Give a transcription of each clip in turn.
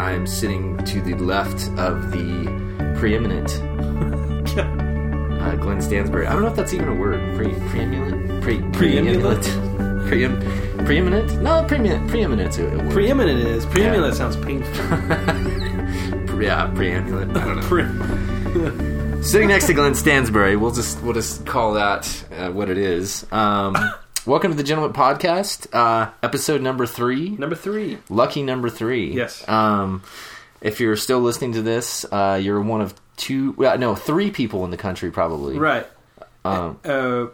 I'm sitting to the left of the preeminent uh, Glenn Stansbury. I don't know if that's even a word. Pre preeminent, pre preeminent, Preem- preeminent. No, preeminent. Preeminent's a a word. Preeminent is. Preeminent Yeah. sounds painful. Pre- yeah, preeminent. I don't know. Pre- Sitting next to Glenn Stansbury, we'll just we'll just call that uh, what it is. Um, welcome to the Gentleman Podcast, uh, episode number three. Number three. Lucky number three. Yes. Um, if you're still listening to this, uh, you're one of two, well, no, three people in the country probably. Right. Um, Uh,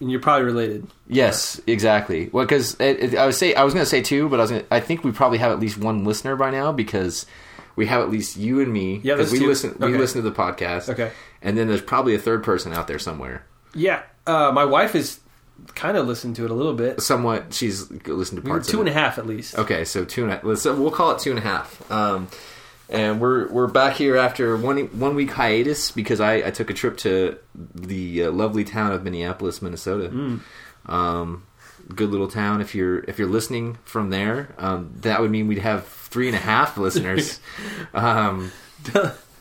and you're probably related. yes, exactly. Well, because I was say I was going to say two, but I was gonna, I think we probably have at least one listener by now because we have at least you and me. Yeah, 'cause there's we two. listen we Okay. listen to the podcast. Okay. and then there's probably a third person out there somewhere. Yeah. Uh, my wife is kind of listened to it a little bit. Somewhat, she's listened to We're parts. two of and it. a half at least. Okay, so two and a, let's we'll call it two and a half. Um, and we're we're back here after one one week hiatus because I, I took a trip to the uh, lovely town of Minneapolis, Minnesota. Mm. Um, good little town. If you're if you're listening from there, um, that would mean we'd have three and a half listeners. um,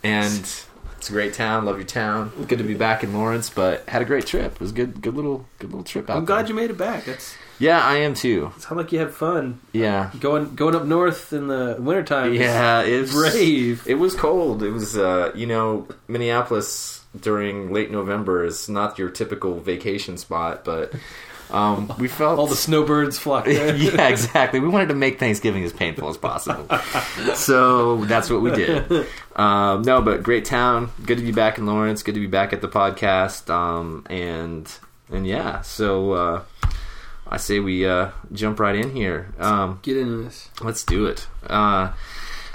and it's a great town. Love your town. Good to be back in Lawrence, but had a great trip. It was a good good little good little trip out. I'm glad you made it back. That's Yeah, I am too. it sounds like you had fun Yeah. going going up north in the wintertime. is Yeah, it's brave. It was cold. It was, uh, you know, Minneapolis during late November is not your typical vacation spot, but um, we felt All the snowbirds flock there. yeah, exactly. We wanted to make Thanksgiving as painful as possible, so that's what we did. Um, no, but great town. Good to be back in Lawrence. Good to be back at the podcast. Um, and and yeah, so uh, I say we uh, jump right in here. Um, Get into this. Let's do it. Uh,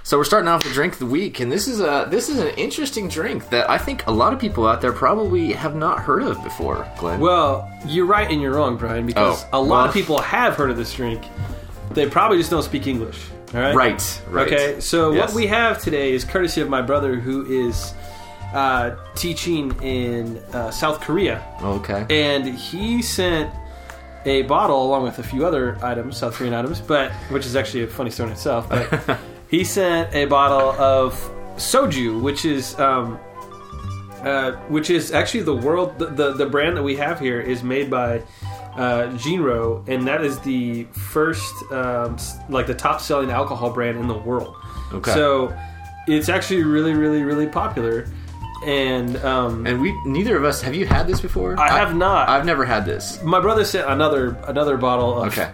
so we're starting off with drink of the week, and this is a this is an interesting drink that I think a lot of people out there probably have not heard of before. Glenn, Well, you're right and you're wrong, Brian, because Oh, a lot well. of people have heard of this drink. They probably just don't speak English. All right. right, right. Okay, so Yes. what we have today is courtesy of my brother who is uh, teaching in uh, South Korea. okay, And he sent a bottle along with a few other items, South Korean items, but which is actually a funny story in itself. But he sent a bottle of soju, which is. Um, uh, which is actually the world the, the the brand that we have here is made by uh, Jinro, and that is the first um, s- like the top selling alcohol brand in the world. Okay. So it's actually really really really popular, and um, and we neither of us have you had this before? I have not. I've never had this. my brother sent another another bottle of Okay.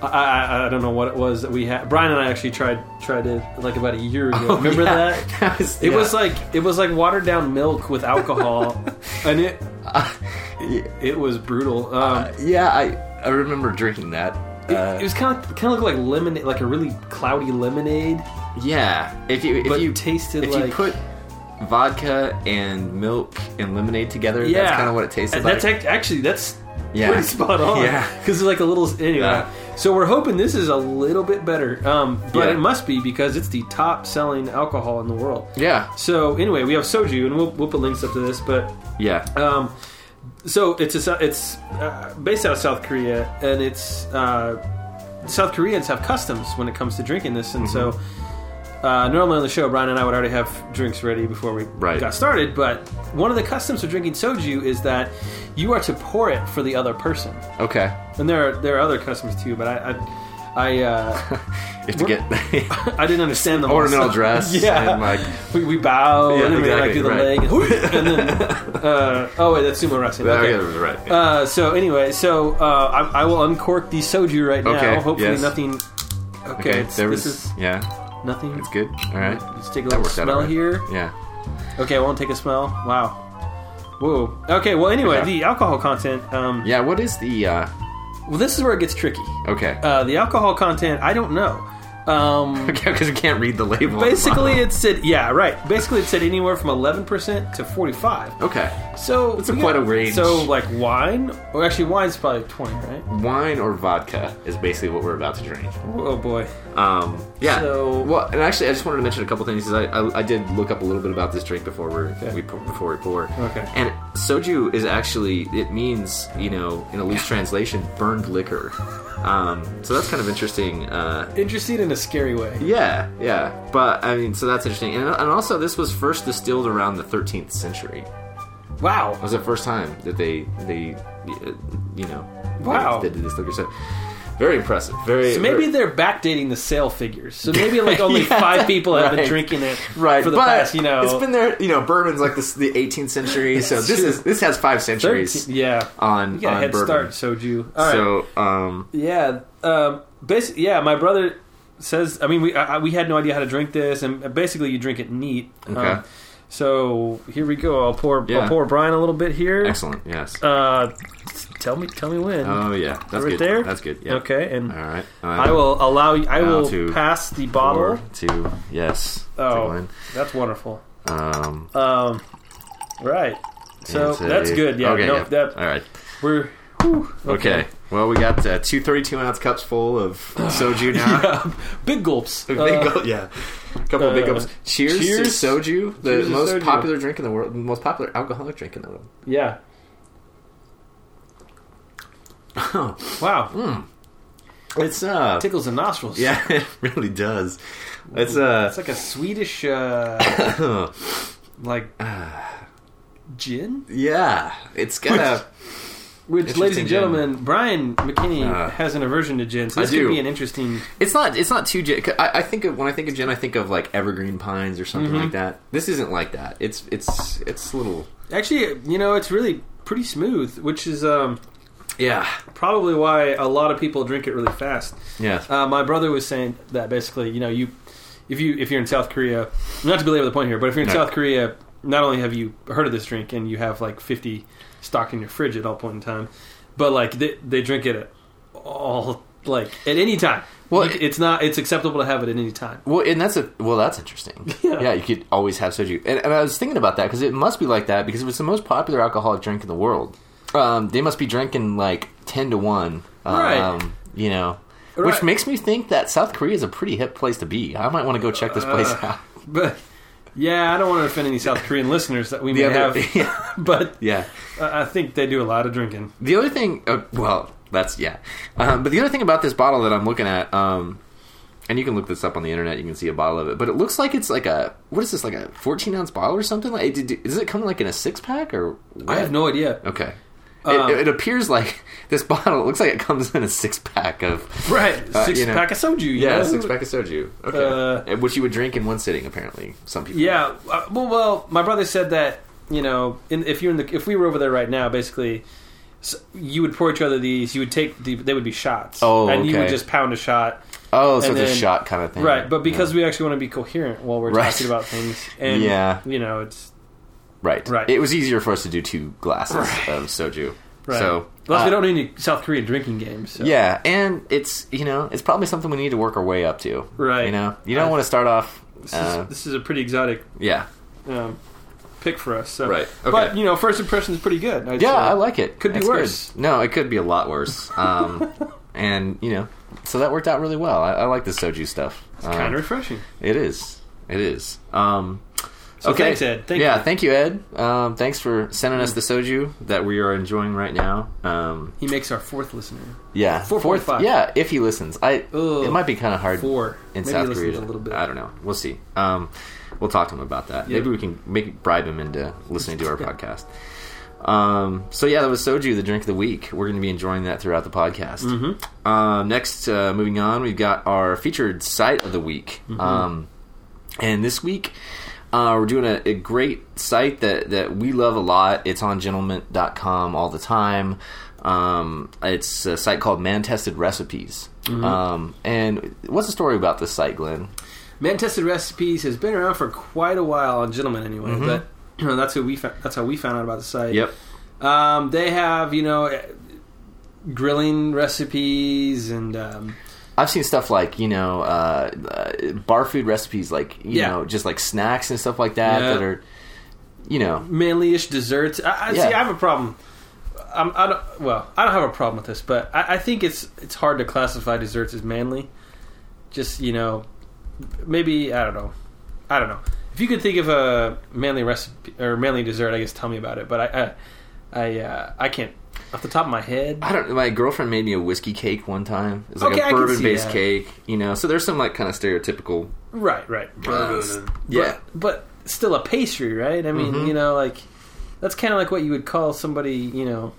I, I, I don't know what it was that we had. Brian and I actually tried tried it like about a year ago. Remember Oh, Yeah, that? was, It was yeah. like it was like watered down milk with alcohol, and it yeah, it was brutal. Um, yeah, I I remember drinking that. it, Uh, it was kind of kind of like lemonade, like a really cloudy lemonade. yeah, if you if but you tasted if like you put vodka and milk and lemonade together, yeah, that's kind of what it tasted That's like. act- actually that's Yeah. pretty spot on. Yeah. because it's like a little anyway. Yeah. So we're hoping this is a little bit better, um, but Yeah. it must be because it's the top selling alcohol in the world. yeah, So anyway, we have soju, and we'll, we'll put links up to this. But yeah. um, so it's a, it's uh, based out of South Korea, and it's uh, South Koreans have customs when it comes to drinking this, and Mm-hmm. so uh, normally on the show, Brian and I would already have drinks ready before we Right. got started. But one of the customs of drinking soju is that you are to pour it for the other person, Okay. and there are there are other customs too. But I I I, uh, You have to get I didn't understand the whole ornamental stuff. dress. yeah. And like, We, we bow Yeah, and then exactly, we right. like do the leg and, and then uh, oh wait that's sumo wrestling. okay. Okay. right. Uh, so anyway, so uh, I, I will uncork the soju right now. Okay, Hopefully yes. nothing. Okay, okay. it's- There was. this is yeah. nothing. It's good. All right. Let's take a That little worked out smell all right. here. Yeah. Okay, I won't take a smell. Wow. Whoa. Okay. Well, anyway, Okay. the alcohol content. Um, Yeah. What is the? uh Well, this is where it gets tricky. Okay. Uh, the alcohol content, I don't know. Um, because we can't read the label. on the basically, bottle. it said yeah, right. Basically, it said anywhere from eleven percent to forty-five. okay. So That's a we quite a range. So like wine, or actually wine's probably twenty, right? Wine or vodka is basically what we're about to drink. Oh boy. Um, yeah. So- well, and actually, I just wanted to mention a couple things. 'cause I, I, I did look up a little bit about this drink before we're, Okay. we pour, before we pour. Okay. And soju is actually it means you know in a loose translation burned liquor. Um, so that's kind of interesting. Uh, Interesting in a scary way. yeah, yeah. But I mean, so that's interesting. And, and also, this was first distilled around the 13th century. It Wow. was the first time that they they uh, you know Wow. they did this liquor. So very impressive. Very So maybe very- they're backdating the sale figures. So maybe like only five people have been right. drinking it right for the but past, you know, it's been there you know bourbon's like this the 18th century so this is this has five 13 centuries yeah. on, You got a on head bourbon start, soju. All right. so um Yeah. Um, basically, yeah. My brother says. I mean, we I, I- we had no idea how to drink this, and basically, you drink it neat. Um, Okay. so here we go. I'll pour. Yeah. I'll pour Brian a little bit here. excellent yes Uh, tell me. Tell me when. oh yeah that's right good there? that's good yeah Okay. And all right Uh, I will allow. you I Now will to pass the bottle. two yes Oh. to That's wonderful. Glenn. um Um, right. So and say- that's good. Yeah. okay no, yeah. that all right we're. whew, okay. well we got uh, two 32 ounce cups full of soju now Yeah. Big gulps. Big Uh, gulp- yeah. A couple of big uh, gulps. Cheers, to cheers. soju, the Cheers to most soju. popular drink in the world, most popular alcoholic drink in the world. yeah. Wow. Hmm. It's uh, Tickles the nostrils. yeah, it really does. It's uh, It's like a Swedish, uh, like gin. yeah, it's got a Which, ladies Interesting gin. and gentlemen, Brian McKinney Uh, has an aversion to gin. So I this could do. be an interesting. It's not. It's not too. gin- I, I think of when I think of gin, I think of like evergreen pines or something like that. This isn't like that. It's it's it's a little. Actually, you know, it's really pretty smooth, which is um, Yeah. probably why a lot of people drink it really fast. Yeah. Uh, my brother was saying that basically, you know, you if you if you're in South Korea, not to belabor the point here, but if you're in No. South Korea, not only have you heard of this drink and you have like 50 stocked in your fridge at all point in time, but like they, they drink it at all like at any time. Well, Well, it- it's not it's acceptable to have it at any time. Well, and that's a well, that's interesting. Yeah. Yeah, you could always have soju, and, and I was thinking about that because it must be like that because if it's the most popular alcoholic drink in the world, um, they must be drinking like ten to one, um, Right. You know, Right. which makes me think that South Korea is a pretty hip place to be. I might want to go check this place Uh, out. But yeah, I don't want to offend any South Korean listeners that we may The other, have, yeah, but yeah. I I think they do a lot of drinking. The other thing, uh, well, that's yeah. Um, but the other thing about this bottle that I'm looking at, um, and you can look this up on the internet, you can see a bottle of it. But it looks like it's like a what is this like a 14 ounce bottle or something? Like, did, does it come like in a six pack or? I have no idea. Okay. Um, it, it appears like this bottle. It looks like it comes in a six pack of Right, Uh, six you know. pack of soju. you yeah, know? Uh, six pack of soju. Okay, which you would drink in one sitting. Apparently, some people. Yeah. uh, Well, well, my brother said that you know, in, if you're in the, if we were over there right now, basically, s you would pour each other these. You would take the, they would be shots. Oh, and you would okay. just pound a shot. Oh, so And it's a then- shot kind of thing. Right. But because we actually want to be coherent while we're Right. talking about things, and Yeah. you know, it's right, Right. It was easier for us to do two glasses of soju. right. So plus we uh, don't need any South Korean drinking games. So. Yeah, and it's you know it's probably something we need to work our way up to. Right. You know, you don't I- want to start off. This, Uh, is, this is a pretty exotic yeah. um, pick for us. So. Right, okay. But you know, first impression is pretty good. I'd Yeah, say. I like it. Could be It's good. worse. No, it could be a lot worse. Um, and you know, so that worked out really well. I, I like the soju stuff. Um, Kind of refreshing. It is. It is. Um, okay. thanks, Ed. Thank yeah, you. thank you, Ed. Um, thanks for sending us the soju that we are enjoying right now. Um, He makes our fourth listener. yeah, 4.5. Yeah, if he listens, I. Ugh. It might be kind of hard Four. in Maybe he South listens Korea. a little bit. I don't know. We'll see. Um, we'll talk to him about that. Yeah. Maybe we can make bribe him into listening to our podcast. Um, so yeah, that was soju, the drink of the week. We're going to be enjoying that throughout the podcast. Mm-hmm. Um, next, uh, moving on, we've got our featured site of the week. Um, and this week, uh, we're doing a, a great site that, that we love a lot. It's on gentleman.com all the time. Um, it's a site called Man Tested Recipes. Um, and what's the story about this site, Glenn? Man Tested Recipes has been around for quite a while on Gentlemen anyway, but you know, that's who we found, that's how we found out about the site. Um, they have you know eh, grilling recipes and um, I've seen stuff like you know uh, uh, bar food recipes, like you Yeah. know just like snacks and stuff like that Yeah. that are, you know, manly-ish desserts. I, I Yeah. see. I have a problem. I'm, I don't. Well, I don't have a problem with this, but I, I think it's it's hard to classify desserts as manly. Just you know, maybe I don't know. I don't know. If you could think of a manly recipe or manly dessert, I guess tell me about it. But I, I, I, uh, I can't off the top of my head. I don't. My girlfriend made me a whiskey cake one time. It's like Okay, I a can see bourbon based that. cake, you know. So there's some like kind of stereotypical. Right, right. uh, s- yeah, but still a pastry, right? I mean, Mhm. you know, like that's kind of like what you would call somebody, you know,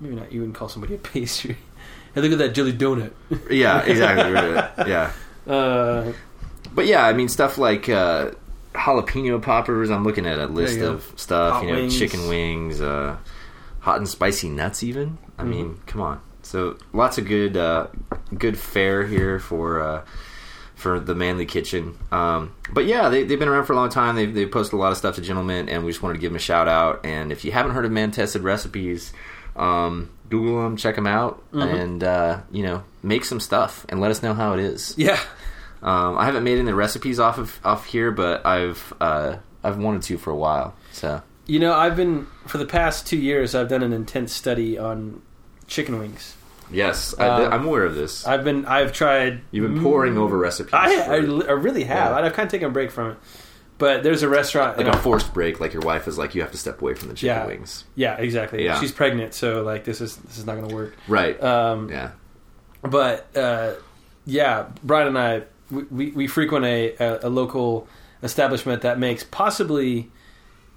maybe not. You wouldn't call somebody a pastry. Hey, look at that jelly donut. yeah, exactly. right. Yeah, Uh, but yeah, I mean stuff like uh, jalapeno poppers. I'm looking at a list you go. of stuff. Hot you know, wings. Mm-hmm. chicken wings, uh, hot and spicy nuts. Even I mean, come on. So lots of good, uh, good fare here for uh, for the Manly Kitchen. Um, but yeah, they, they've been around for a long time. They've, they've posted a lot of stuff to gentlemen, and we just wanted to give them a shout out. And if you haven't heard of Man Tested Recipes, um, Google them, check them out, Mm-hmm. and uh, you know, make some stuff and let us know how it is. yeah, Um, I haven't made any recipes off of off here, but I've uh, I've wanted to for a while. So you know, I've been for the past two years. I've done an intense study on chicken wings. yes, Um, I, Mm, am aware of this. I've been, I've tried. Mm, You've been pouring over recipes. I, I, for- li- I really have. Yeah. I've kind of taken a break from it, but there's a restaurant. like in a our- forced break, like your wife is like, you have to step away from the chicken Yeah. wings, yeah, exactly. Yeah. She's pregnant, so like this is this is not going to work. right? Um, yeah, but uh, yeah, Brian and I we, we, we frequent a, a, a local establishment that makes possibly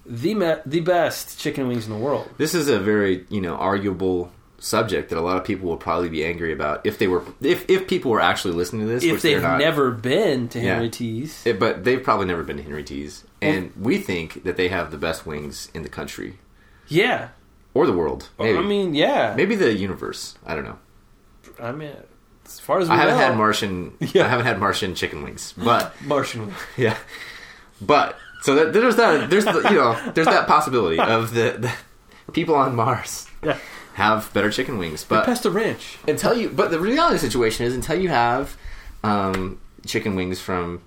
the me- the best chicken wings in the world. this is a very you know arguable subject that a lot of people will probably be angry about if they were if if people were actually listening to this, If which they're they've not. never been to Henry Yeah. T's, It- but they've probably never been to Henry T's, and we think that they have the best wings in the country yeah, or the world. Maybe. I mean, yeah, maybe the universe. I don't know. I mean, as far as we I haven't know, had Martian. Yeah. I haven't had Martian chicken wings, but Martian wings. yeah, but so that, there's that. There's the, you know there's that possibility of the, the people on Mars Yeah. have better chicken wings, but Pesto Ranch. until you but the reality of the situation is until you have um, chicken wings from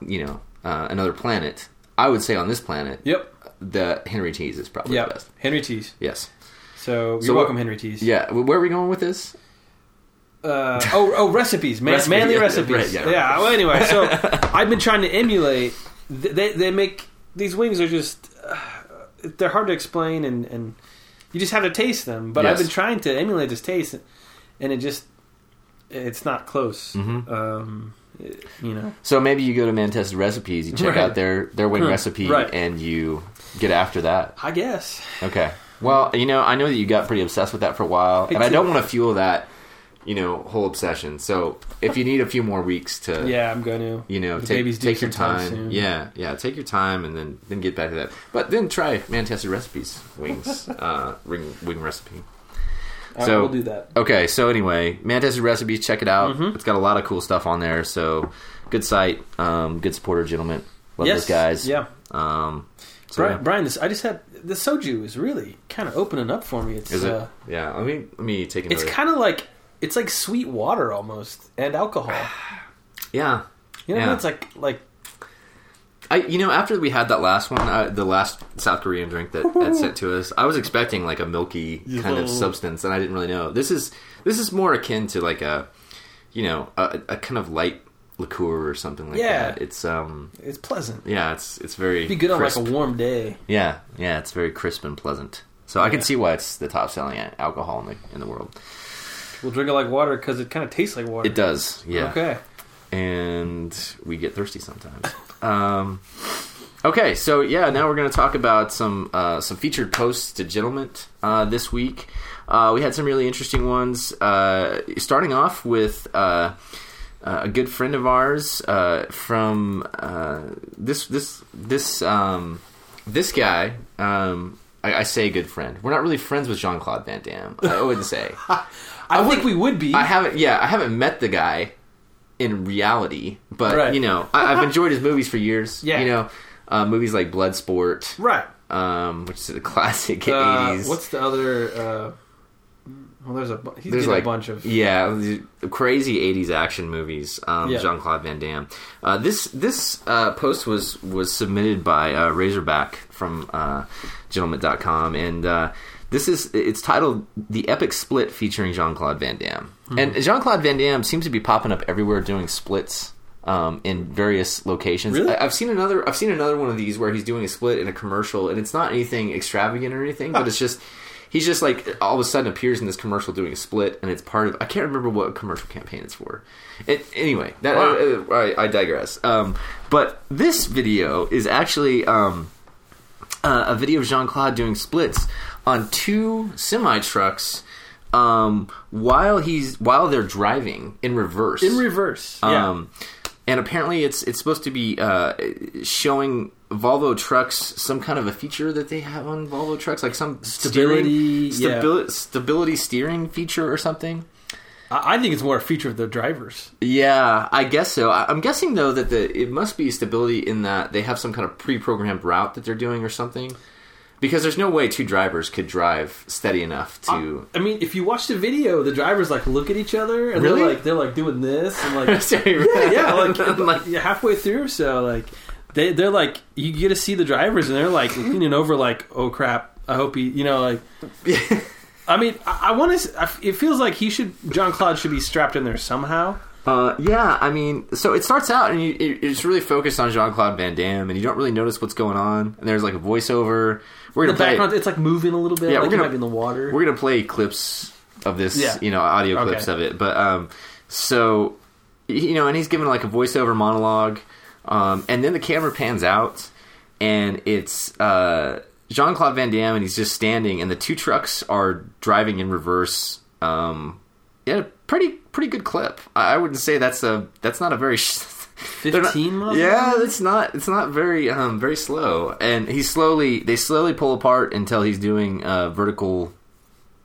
you know uh, another planet. I would say on this planet, Yep, the Henry T's is probably the yep. best. Henry T's. Yes. So you're So what- welcome, Henry T's. Yeah. w- Where are we going with this? uh, oh, oh, recipes, man, Recipe, manly yeah, recipes. right, yeah. yeah. Well, anyway, so I've been trying to emulate. th- They they make these wings are just uh, they're hard to explain and and you just have to taste them. But I've Yes. been trying to emulate this taste, and it just it's not close. Mhm. Um, it- you know, So maybe you go to Man Tested Recipes, you check Right. out their their wing Hmm, recipe, right. and you get after that. I guess Okay. Well, you know, I know that you got pretty obsessed with that for a while, and I did. don't want to fuel that, you know, whole obsession. So if you need a few more weeks to, yeah, I'm going to. you know, The take, baby's due take your sometime time. soon. Yeah, yeah, take your time, and then then get back to that. But then try Manchester recipes wings, uh, wing wing recipe. I So- will do that. Okay, so anyway, Manchester recipes, check it out. Mm-hmm. It's got a lot of cool stuff on there. So good site, um, good supporter, gentlemen. Love yes, those guys. Yeah, Um, so, Brian, yeah. Brian, this I just had the soju is really kind of opening up for me. It's Is Uh, it? Yeah. Let me let me take It's another. kind of like it's like sweet water almost, and alcohol. yeah. You know, Yeah. it's like like I you know after we had that last one, I, the last South Korean drink that that sent to us, I was expecting like a milky kind Yeah. of substance, and I didn't really know. This is this is more akin to like a you know a, a kind of light liqueur or something like Yeah. that. It's um it's pleasant. yeah, it's it's very Be good crisp. on like a warm day. Yeah, yeah, it's very crisp and pleasant. So I can see why it's the top selling alcohol in the in the world. We'll drink it like water because it kind of tastes like water. It does, yeah. Okay. and we get thirsty sometimes. um, okay, so yeah, now we're going to talk about some uh, some featured posts to gentlemen uh, this week. Uh, we had some really interesting ones. Uh, starting off with. Uh, uh, a good friend of ours uh, from uh, this this this um, this guy. Um, I, I say good friend. We're not really friends with Jean Claude Van Damme. I wouldn't say. I, think we would be. I haven't. Yeah, I haven't met the guy in reality, but Right. you know, I, I've enjoyed his movies for years. Yeah. you know, uh, movies like Bloodsport, right. um, which is a classic Uh, '80s. what's the other? Uh, Well, there's a bu- he's There's like getting a bunch of yeah the crazy '80s action movies. Um, Yeah. Jean Claude Van Damme. Uh, this this uh, post was was submitted by uh, Razorback from uh, Gentleman.com, and uh, this is it's titled "The Epic Split" featuring Jean Claude Van Damme. And Jean Claude Van Damme seems to be popping up everywhere doing splits. Um, in various locations, Really? I, I've seen another. I've seen another one of these where he's doing a split in a commercial, and it's not anything extravagant or anything, but it's just he's just like all of a sudden appears in this commercial doing a split, and it's part of I can't remember what commercial campaign it's for. It, anyway, that uh, uh, I, I digress. Um, but this video is actually um, uh, a video of Jean Claude doing splits on two semi trucks um, while he's while they're driving in reverse. in reverse. Yeah, Um, and apparently, it's it's supposed to be uh, showing Volvo trucks some kind of a feature that they have on Volvo trucks, like some Stability, steering, yeah. stabili- stability steering feature or something. I, I think it's more a feature of the drivers. Yeah, I guess so. I, I'm guessing though that the it must be stability in that they have some kind of pre-programmed route that they're doing or something, because there's no way two drivers could drive steady enough to. I mean, if you watch the video, the drivers like look at each other and Really? they're like they're like doing this and like Sorry, Uh, yeah, yeah, like, Like- yeah, halfway through or so, like they they're like you get to see the drivers and they're like leaning over like, oh crap, I hope he, you know, like. I mean, I, I want to. It feels like he should, John Claude should be strapped in there somehow. Uh, yeah, I mean, so it starts out and you, it, it's really focused on Jean Claude Van Damme, and you don't really notice what's going on. And there's like a voiceover. We're The gonna play. background, it's like moving a little bit. Yeah, like we're he gonna- might be in the water. We're gonna play clips of this, Yeah. you know, audio Okay. clips of it. But um, so you know, and he's giving like a voiceover monologue, um, and then the camera pans out, and it's uh, Jean Claude Van Damme, and he's just standing, and the two trucks are driving in reverse. Um, yeah, pretty pretty good clip. I, I wouldn't say that's a that's not a very. they're not- 15 miles an yeah, hour? it's not it's not very um very slow, and he slowly they slowly pull apart until he's doing uh, vertical,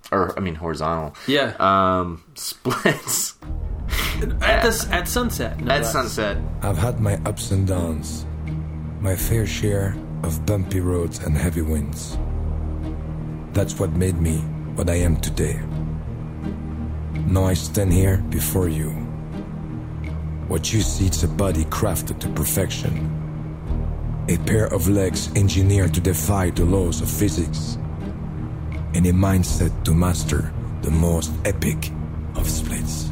or I mean horizontal, yeah, um splits at this at sunset. no at less. sunset. I've had my ups and downs, my fair share of bumpy roads and heavy winds. That's what made me what I am today. Now I stand here before you. What you see is a body crafted to perfection, a pair of legs engineered to defy the laws of physics, and a mindset to master the most epic of splits.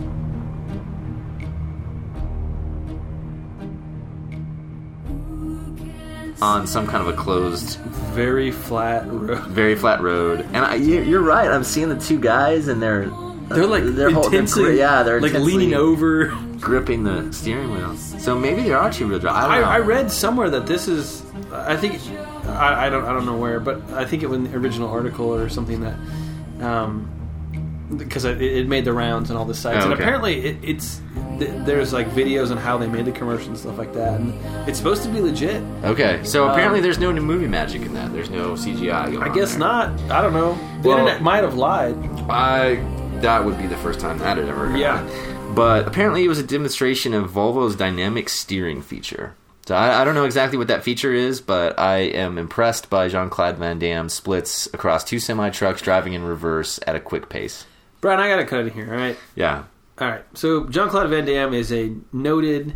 on some kind of a closed, very flat road. very flat road. And I, you- you're right. I'm seeing the two guys, and they're They're like hol- gri- intensely, yeah, they're like intensely leaning over. gripping the steering wheel. So maybe there are two wheel drive. I, I, don't I know. read somewhere that this is. I think I, I don't. I don't know where, but I think it was in the original article or something that, um, because it, it made the rounds and all the sites, Oh, and okay. apparently it, it's th- there's like videos on how they made the commercial and stuff like that, and it's supposed to be legit. Okay, so apparently Um, there's no new movie magic in that. There's no CGI. Going I guess not. I don't know. The Well- internet might have lied. I that would be the first time that had ever. happened. Yeah. But apparently it was a demonstration of Volvo's dynamic steering feature. So I, I don't know exactly what that feature is, but I am impressed by Jean Claude Van Damme splits across two semi trucks driving in reverse at a quick pace. Brian, I gotta cut it here. All right. Yeah. All right. So John Claude Van Damme is a noted.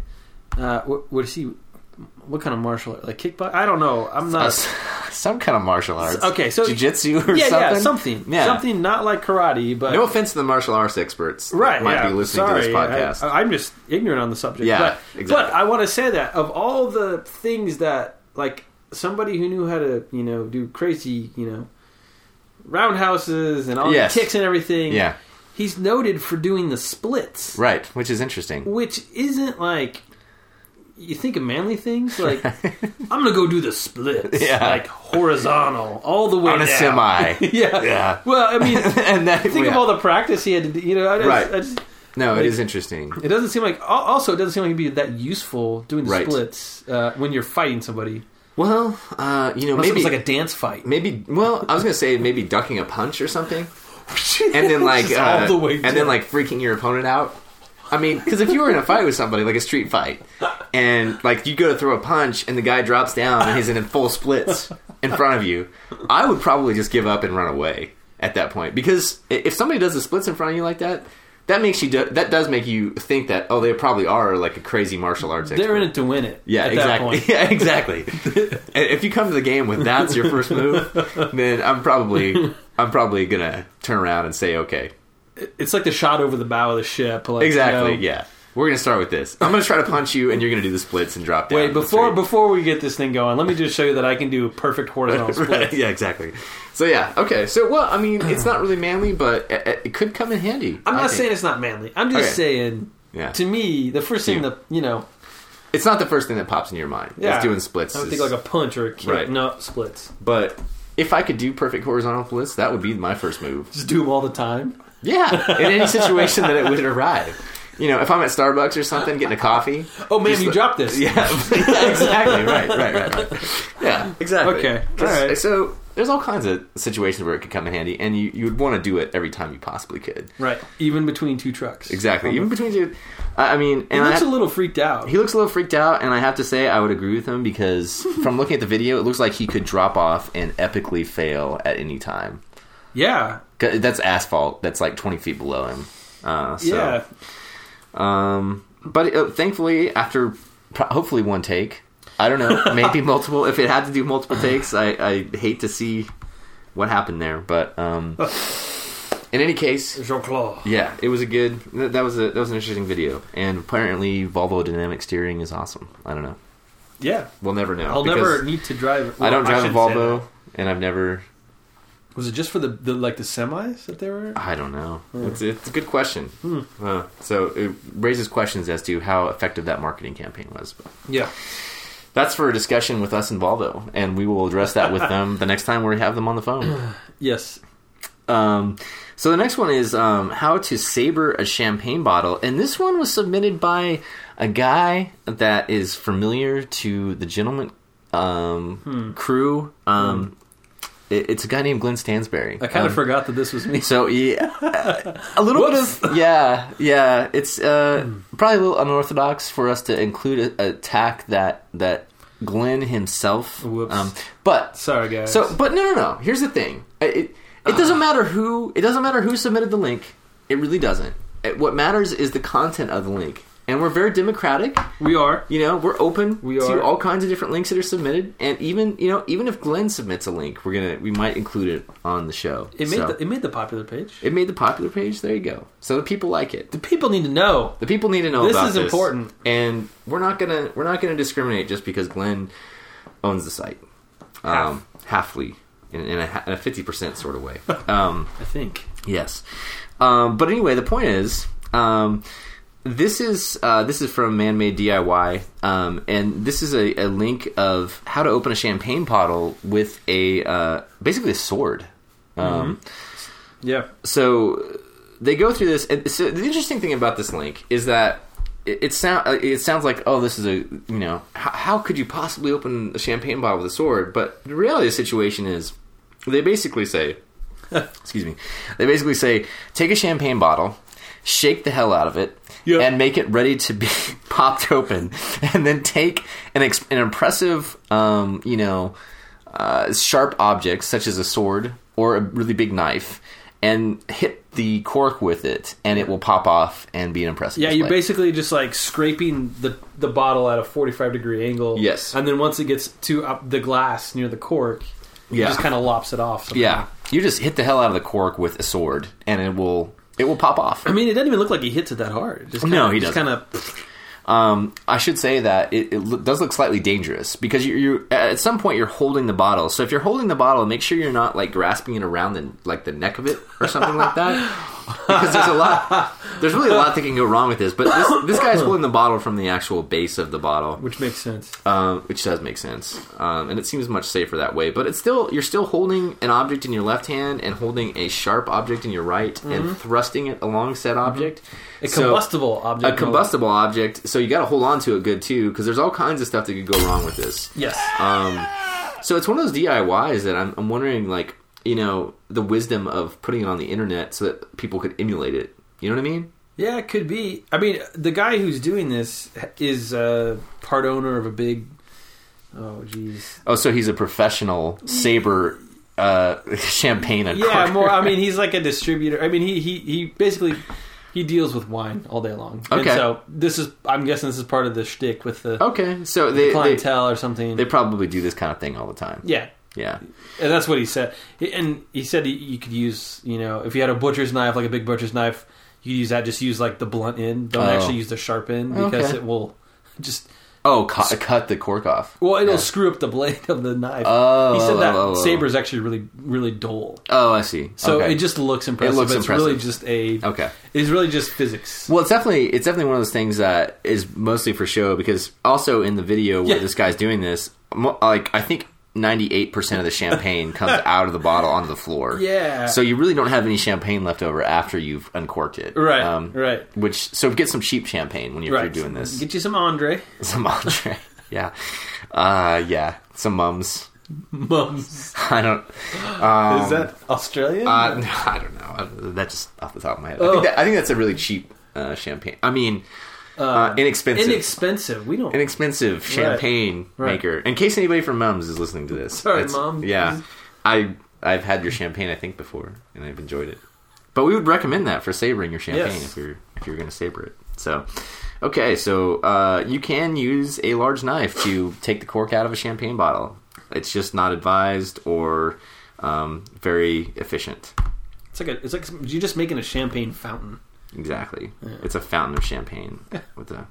Uh, what, what is he? What kind of martial art? Like kickbox? I don't know. I'm Uh, not. s- some kind of martial arts. Okay, so- jujitsu or yeah, something. yeah, something, Yeah. something not like karate, but No offense to the martial arts experts that right. might yeah, be listening sorry, to this podcast. I, am just ignorant on the subject. Yeah, but, exactly. but I want to say that of all the things that like somebody who knew how to you know do crazy you know roundhouses and all Yes. the kicks and everything, Yeah. he's noted for doing the splits, right, which is interesting. which isn't like. You think of manly things like I'm gonna go do the splits, Yeah. like horizontal all the way On a down. semi. yeah, Yeah. Well, I mean, and that, think of yeah. all the practice he had to do. You know, I just, Right. I just, No, like- it is interesting. it doesn't seem like. al- Also, it doesn't seem like it'd be that useful doing the Right. splits uh, when you're fighting somebody. Well, uh, you know, Unless maybe it was like a dance fight. maybe. Well, I was gonna say maybe ducking a punch or something, and then like Just uh, all the way and down. then like freaking your opponent out. I mean, because if you were in a fight with somebody, like a street fight, and like you go to throw a punch and the guy drops down and he's in a full splits in front of you, I would probably just give up and run away. at that point because i- if somebody does the splits in front of you like that, that makes you do, that does make you think that oh they probably are like a crazy martial arts. Expert. They're in it to win it. Yeah, at exactly. That point. Yeah, exactly. And if you come to the game with that's your first move, then I'm probably I'm probably gonna turn around and say okay, It's like the shot over the bow of the ship. Like, exactly. you know, Yeah, we're gonna start with this. I'm gonna try to punch you, and you're gonna do the splits and drop down. Wait, That's before right. before we get this thing going, let me just show you that I can do a perfect horizontal split. Right, yeah, exactly. So yeah, okay. So well, I mean, it's not really manly, but it, it- it could come in handy. I'm I not think. saying it's not manly. I'm just Okay. saying, Yeah. to me, the first thing Yeah. that you know, it's not the first thing that pops in your mind. Yeah. it's doing splits. I would is- think like a punch or a kick. Right. No splits. but if I could do perfect horizontal splits, that would be my first move. Just do them all the time. Yeah, in any situation that it would arrive. You know, if I'm at Starbucks or something getting a coffee. Oh, ma'am, Just you the- dropped this. Yeah, yeah, exactly. Right, right, right, right. Yeah, exactly. Okay, 'Cause- all right. So there's all kinds of situations where it could come in handy, and you, you would want to do it every time you possibly could. Right. Even between two trucks. Exactly. Even between two, I I mean, He and I looks have- a little freaked out. he looks a little freaked out, and I have to say I would agree with him because from looking at the video, it looks like he could drop off and epically fail at any time. yeah. 'Cause That's asphalt. That's like 20 feet below him. Uh, so, yeah. Um, but uh, thankfully, after pro- hopefully one take, I don't know, maybe multiple. If it had to do multiple takes, I, I hate to see what happened there. But um, in any case, Jean Claude. yeah, it was a good. th- That was a that was an interesting video, and apparently Volvo dynamic steering is awesome. I don't know. Yeah. We'll never know. I'll because never need to drive. it. I don't Well, drive a shouldn't say Volvo, and I've never. that. Was it just for the, the like the semis that they were? I don't know. Hmm. It's, it's a good question. Uh, so it raises questions as to how effective that marketing campaign was. But. Yeah. That's for a discussion with us and Volvo, and we will address that with them the next time we have them on the phone. Yes. Um, so the next one is um, how to saber a champagne bottle, and this one was submitted by a guy that is familiar to the gentleman um, crew. Um, it- it's a guy named Glenn Stansberry. I kind of Um, forgot that this was me. So yeah, a little bit of yeah, yeah. It's uh, Hmm. probably a little unorthodox for us to include a, a tack that that Glenn himself. um, Whoops. but Sorry, guys. Ah. So, but no, no, no. Here's the thing. It it, it doesn't matter who it doesn't matter who submitted the link. It really doesn't. It- what matters is the content of the link, and we're very democratic. we are. You know, we're open We are. to all kinds of different links that are submitted, and even you know, even if Glenn submits a link, we're gonna we might include it on the show. It made So- the, it made the popular page. it made the popular page. There you go. So the people like it. the people need to know. The people need to know This about is this. important. and we're not gonna we're not gonna discriminate just because Glenn owns the site. Um, halfly in, in a in a fifty percent sort of way. Um, I think. yes, um, but anyway, the point is. Um, this is uh, this is from Manmade DIY, um, and this is a, a link of how to open a champagne bottle with a uh, basically a sword. Mm-hmm. Um, Yeah. so uh, they go through this. And so the interesting thing about this link is that it, it sound uh, it sounds like oh this is a you know how, how could you possibly open a champagne bottle with a sword? But the reality of the situation is they basically say excuse me they basically say take a champagne bottle. Shake the hell out of it Yeah. and make it ready to be popped open, and then take an, ex- an impressive, um, you know, uh, sharp objects such as a sword or a really big knife and hit the cork with it and it will pop off and be an impressive Yeah, you're display. basically just like scraping the the bottle at a 45 degree angle. Yes. And then once it gets to up the glass near the cork, Yeah. it just kind of lops it off. somehow. yeah you just hit the hell out of the cork with a sword and it will it will pop off I mean, it doesn't even look like he hits it that hard. It Just No, he just doesn't. Kind of. um, i should say that it, it lo- does look slightly dangerous because you, you at some point you're holding the bottle so if you're holding the bottle make sure you're not like grasping it around the like the neck of it or something like that because there's a lot there's really a lot that can go wrong with this but this, this guy's holding the bottle from the actual base of the bottle Which makes sense. um, which does make sense, um, and it seems much safer that way. But it's still you're still holding an object in your left hand and holding a sharp object in your right and thrusting it along said object. A So- combustible object. a combustible object. So you got to hold on to it good too, because there's all kinds of stuff that could go wrong with this. Um, Yes. So it's one of those DIYs that I'm, I'm wondering, like you know, the wisdom of putting it on the internet so that people could emulate it. You know what I mean? yeah, it could be. I mean, the guy who's doing this is uh, part owner of a big. Oh, jeez. Oh, so he's a professional saber uh, champagne and Yeah, cork. more. I mean, he's like a distributor. I mean, he he he basically he deals with wine all day long. And Okay. so this is, I'm guessing, this is part of the shtick with the Okay, so they, they clientele or something. they probably do this kind of thing all the time. yeah, Yeah. and that's what he said. He- And he said he- you could use, you know, if you had a butcher's knife, like a big butcher's knife, you could use that. Just use like the blunt end. Don't Oh. actually use the sharp end because Okay. it will just Oh, cu- cut the cork off. well, it'll Yeah. screw up the blade of the knife. Oh, he said oh, that oh, oh. saber is actually really really dull. Oh, I see. So okay. it just looks impressive. looks but it's really impressive. just a okay. It's really just physics. Well, it's definitely it's definitely one of those things that is mostly for show because also in the video where Yeah. this guy's doing this, mo- like I think ninety eight percent of the champagne comes out of the bottle onto the floor. Yeah. So you really don't have any champagne left over after you've uncorked it. Um, Right, right. Which so get some cheap champagne when you're, if right. you're doing this. Get you some Andre. some entree. yeah. Uh, yeah. Some mums. Mums. I don't. Is that Australian? Um, Uh, no, I don't know. That's just off the top of my head. I, Oh. think, that, I think that's a really cheap uh, champagne. I mean, uh, inexpensive, Inexpensive. We don't. inexpensive champagne Right. maker. In case anybody from Mums is listening to this, Sorry, It's- Mum. Yeah, I I've had your champagne I think before, and I've enjoyed it. But we would recommend that for savoring your champagne Yes. if you're if you're going to savor it. So, okay, so uh, you can use a large knife to take the cork out of a champagne bottle. It's just not advised or um, very efficient. it's like a, it's like some- you're just making a champagne fountain. Exactly. It's a fountain of champagne with a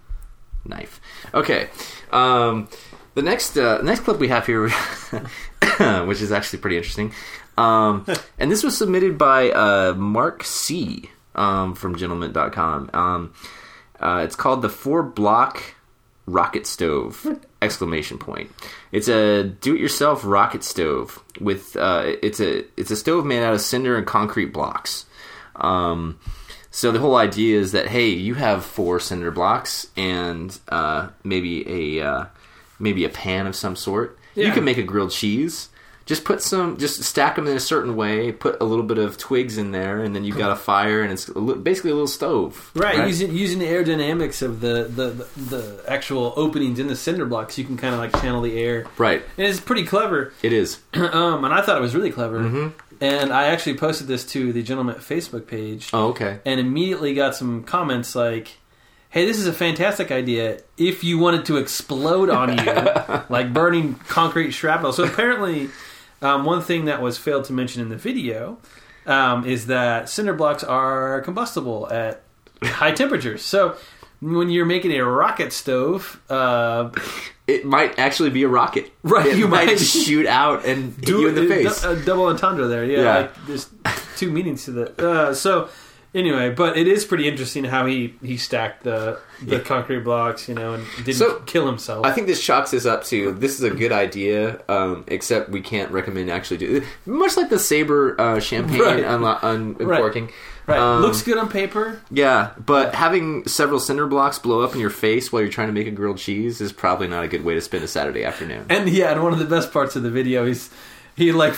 knife. Okay. Um, the next uh, next clip we have here, which is actually pretty interesting, um, and this was submitted by uh, Mark C um, from Gentleman.com. Um, uh, it's called the Four Block Rocket Stove! Exclamation point! It's a do-it-yourself rocket stove with uh, it's a it's a stove made out of cinder and concrete blocks. Um, so the whole idea is that hey, you have four cinder blocks and uh, maybe a uh, maybe a pan of some sort. You Yeah. can make a grilled cheese. Just put some, just stack them in a certain way. Put a little bit of twigs in there, and then you've got a fire, and it's a li- basically a little stove. Right, Using using the aerodynamics of the, the the the actual openings in the cinder blocks, you can kind of like channel the air. Right. And it's pretty clever. It is. um, and I thought it was really clever. Mm-hmm. And I actually posted this to the gentleman Facebook page. Oh, okay. and immediately got some comments like, "Hey, this is a fantastic idea. If you wanted to explode on you, like burning concrete shrapnel." So apparently, um, one thing that was failed to mention in the video um, is that cinder blocks are combustible at high temperatures. So when you're making a rocket stove, uh, It might actually be a rocket. Right, It you might, might- shoot out and hit you in the du- face. du- a double entendre there. Yeah, Yeah. Like, there's two meanings to that. Uh, so anyway, but it is pretty interesting how he he stacked the the concrete blocks, you know, and didn't So- kill himself. I think this chalks this up to this is a good idea, um, except we can't recommend actually do much like the saber uh, champagne Right. unlo- un- Right. uncorking. right, um, looks good on paper. Yeah, but having several cinder blocks blow up in your face while you're trying to make a grilled cheese is probably not a good way to spend a Saturday afternoon. And yeah, and one of the best parts of the video is he like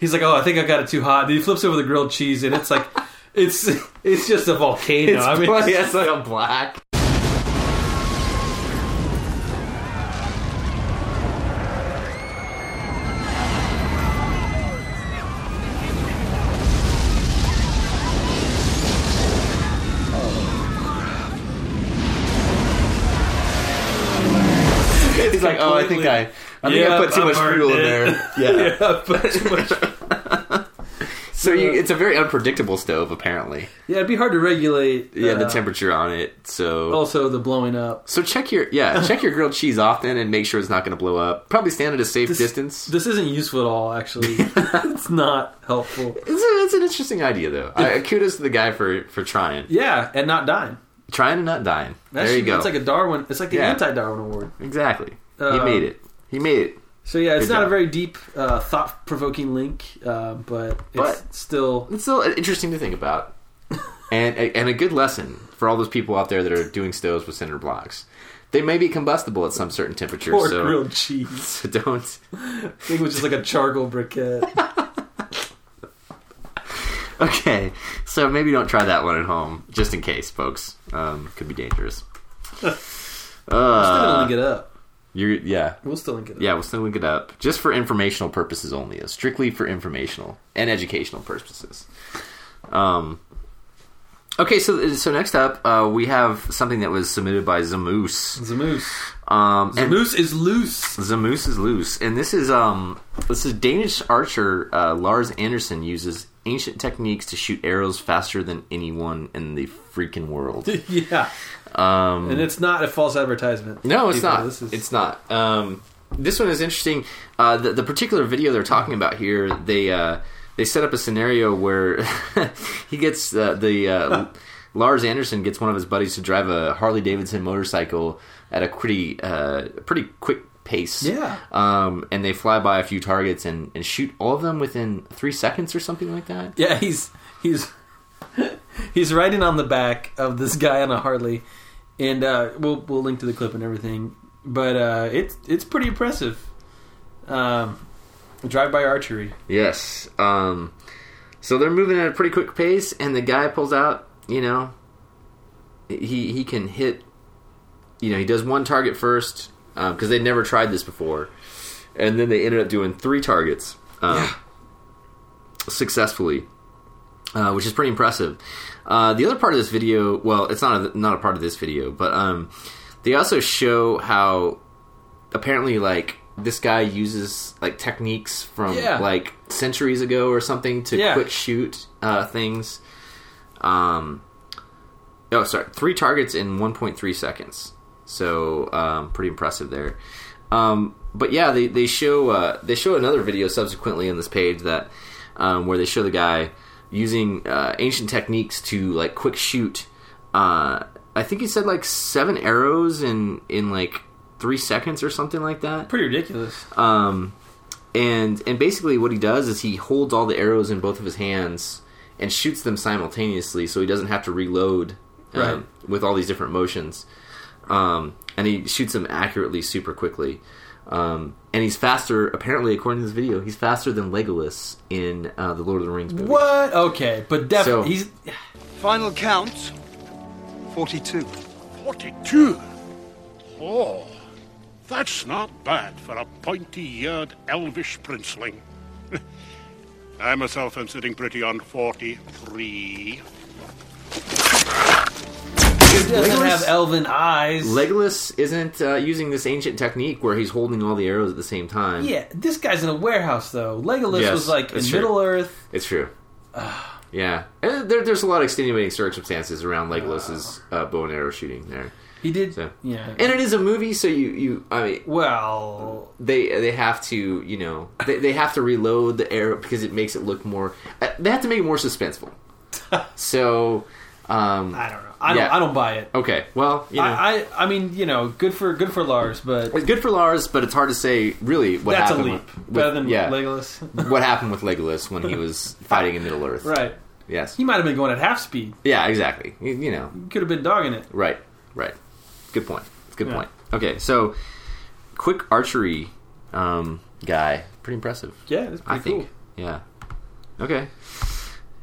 he's like, oh, I think I got it too hot. And he flips over the grilled cheese, and it's like. It's it's just a volcano. I mean, Plus, it's like a black. He's like, oh, I think I, I think Yeah, I put too I much burned fuel in it." there. yeah, but too much So you, it's a very unpredictable stove, apparently. Yeah, it'd be hard to regulate. Yeah, the uh, temperature on it. So Also, the blowing up. So check your yeah, check your grilled cheese often and make sure it's not going to blow up. Probably stand at a safe distance. This isn't useful at all. Actually, it's not helpful. it's, a, it's an interesting idea though. I, kudos to the guy for for trying, Yeah, and not dying. trying and not dying. That there should- you go. It's like a Darwin. It's like the Yeah. anti-Darwin award. exactly. he Uh, made it. He made it. So yeah, it's Good not job. a very deep, uh, thought-provoking link, uh, but it's But- still It's still interesting to think about, and and a good lesson for all those people out there that are doing stoves with cinder blocks. They may be combustible at some certain temperature, or so, grilled cheese. so don't. I think it was just like a charcoal briquette. Okay, so maybe don't try that one at home, just in case, folks. Um, could be dangerous. Still Uh, gonna get up. You're yeah. We'll still link it. up. Yeah, we'll still link it up. Just for informational purposes only. Strictly for informational and educational purposes. Um, okay, so so next up, uh, we have something that was submitted by Zamoose. Zamoose. Um, and- Zamoose is loose. Zamoose is loose, and this is um this is Danish archer uh, Lars Anderson uses ancient techniques to shoot arrows faster than anyone in the freaking world. yeah. Um, And it's not a false advertisement. no, it's People, not. This is, It's not. Um, this one is interesting. Uh, the, the particular video they're talking about here, they uh, they set up a scenario where he gets uh, the uh, Lars Anderson gets one of his buddies to drive a Harley Davidson motorcycle at a pretty uh, pretty quick pace. Yeah. Um, and they fly by a few targets and, and shoot all of them within three seconds or something like that. Yeah, he's he's he's riding on the back of this guy on a Harley, and uh, we'll we'll link to the clip and everything. But uh, it's it's pretty impressive. Um, drive by archery. Yes. Um, so they're moving at a pretty quick pace, and the guy pulls out. You know, he he can hit. You know, he does one target first because they'd never tried this before, and then they ended up doing three targets um, successfully, uh, which is pretty impressive. Uh, the other part of this video, well, it's not a, not a part of this video, but um, they also show how apparently like this guy uses like techniques from Yeah. like centuries ago or something to Yeah. quick shoot uh, things. Um, oh, sorry, three targets in 1.3 seconds. So um, pretty impressive there. Um, but yeah, they they show uh, they show another video subsequently on this page that um, where they show the guy using uh, ancient techniques to like quick shoot. Uh, I think he said like seven arrows in in like three seconds or something like that. Pretty ridiculous. Um, and and basically what he does is he holds all the arrows in both of his hands and shoots them simultaneously, so he doesn't have to reload um, Right. with all these different motions. Um, and he shoots them accurately, super quickly. Um, and he's faster, apparently, according to this video, he's faster than Legolas in uh, the Lord of the Rings movie. What? Okay, but So- definitely he's Final count 42. 42. Oh, that's not bad for a pointy eared elvish princeling. I myself am sitting pretty on 43. he doesn't have elven eyes. Legolas isn't uh, using this ancient technique where he's holding all the arrows at the same time. yeah, this guy's in a warehouse though. Legolas Yes, was like in that's true. Middle Earth. It's true. yeah, And there, there's a lot of extenuating circumstances around Legolas's uh, bow and arrow shooting there. He did. So Yeah. and it is a movie, so you you I mean well, they they have to you know they, they have to reload the arrow because it makes it look more. Uh, they have to make it more suspenseful. so, um, I don't know. I don't. Yeah. I don't buy it. okay, well you know. I, I. I mean, you know, good for good for Lars, but it's good for Lars, but it's hard to say really what That's a happened. leap. with- Better than yeah, Legolas. what happened with Legolas when he was fighting in Middle Earth? right. Yes. He might have been going at half speed. Yeah. Exactly. You- you know. He could have been dogging it. Right, right. Good point. Good Yeah. point. Okay, so quick archery um, guy, pretty impressive. Yeah, that's I pretty think. Yeah. Okay.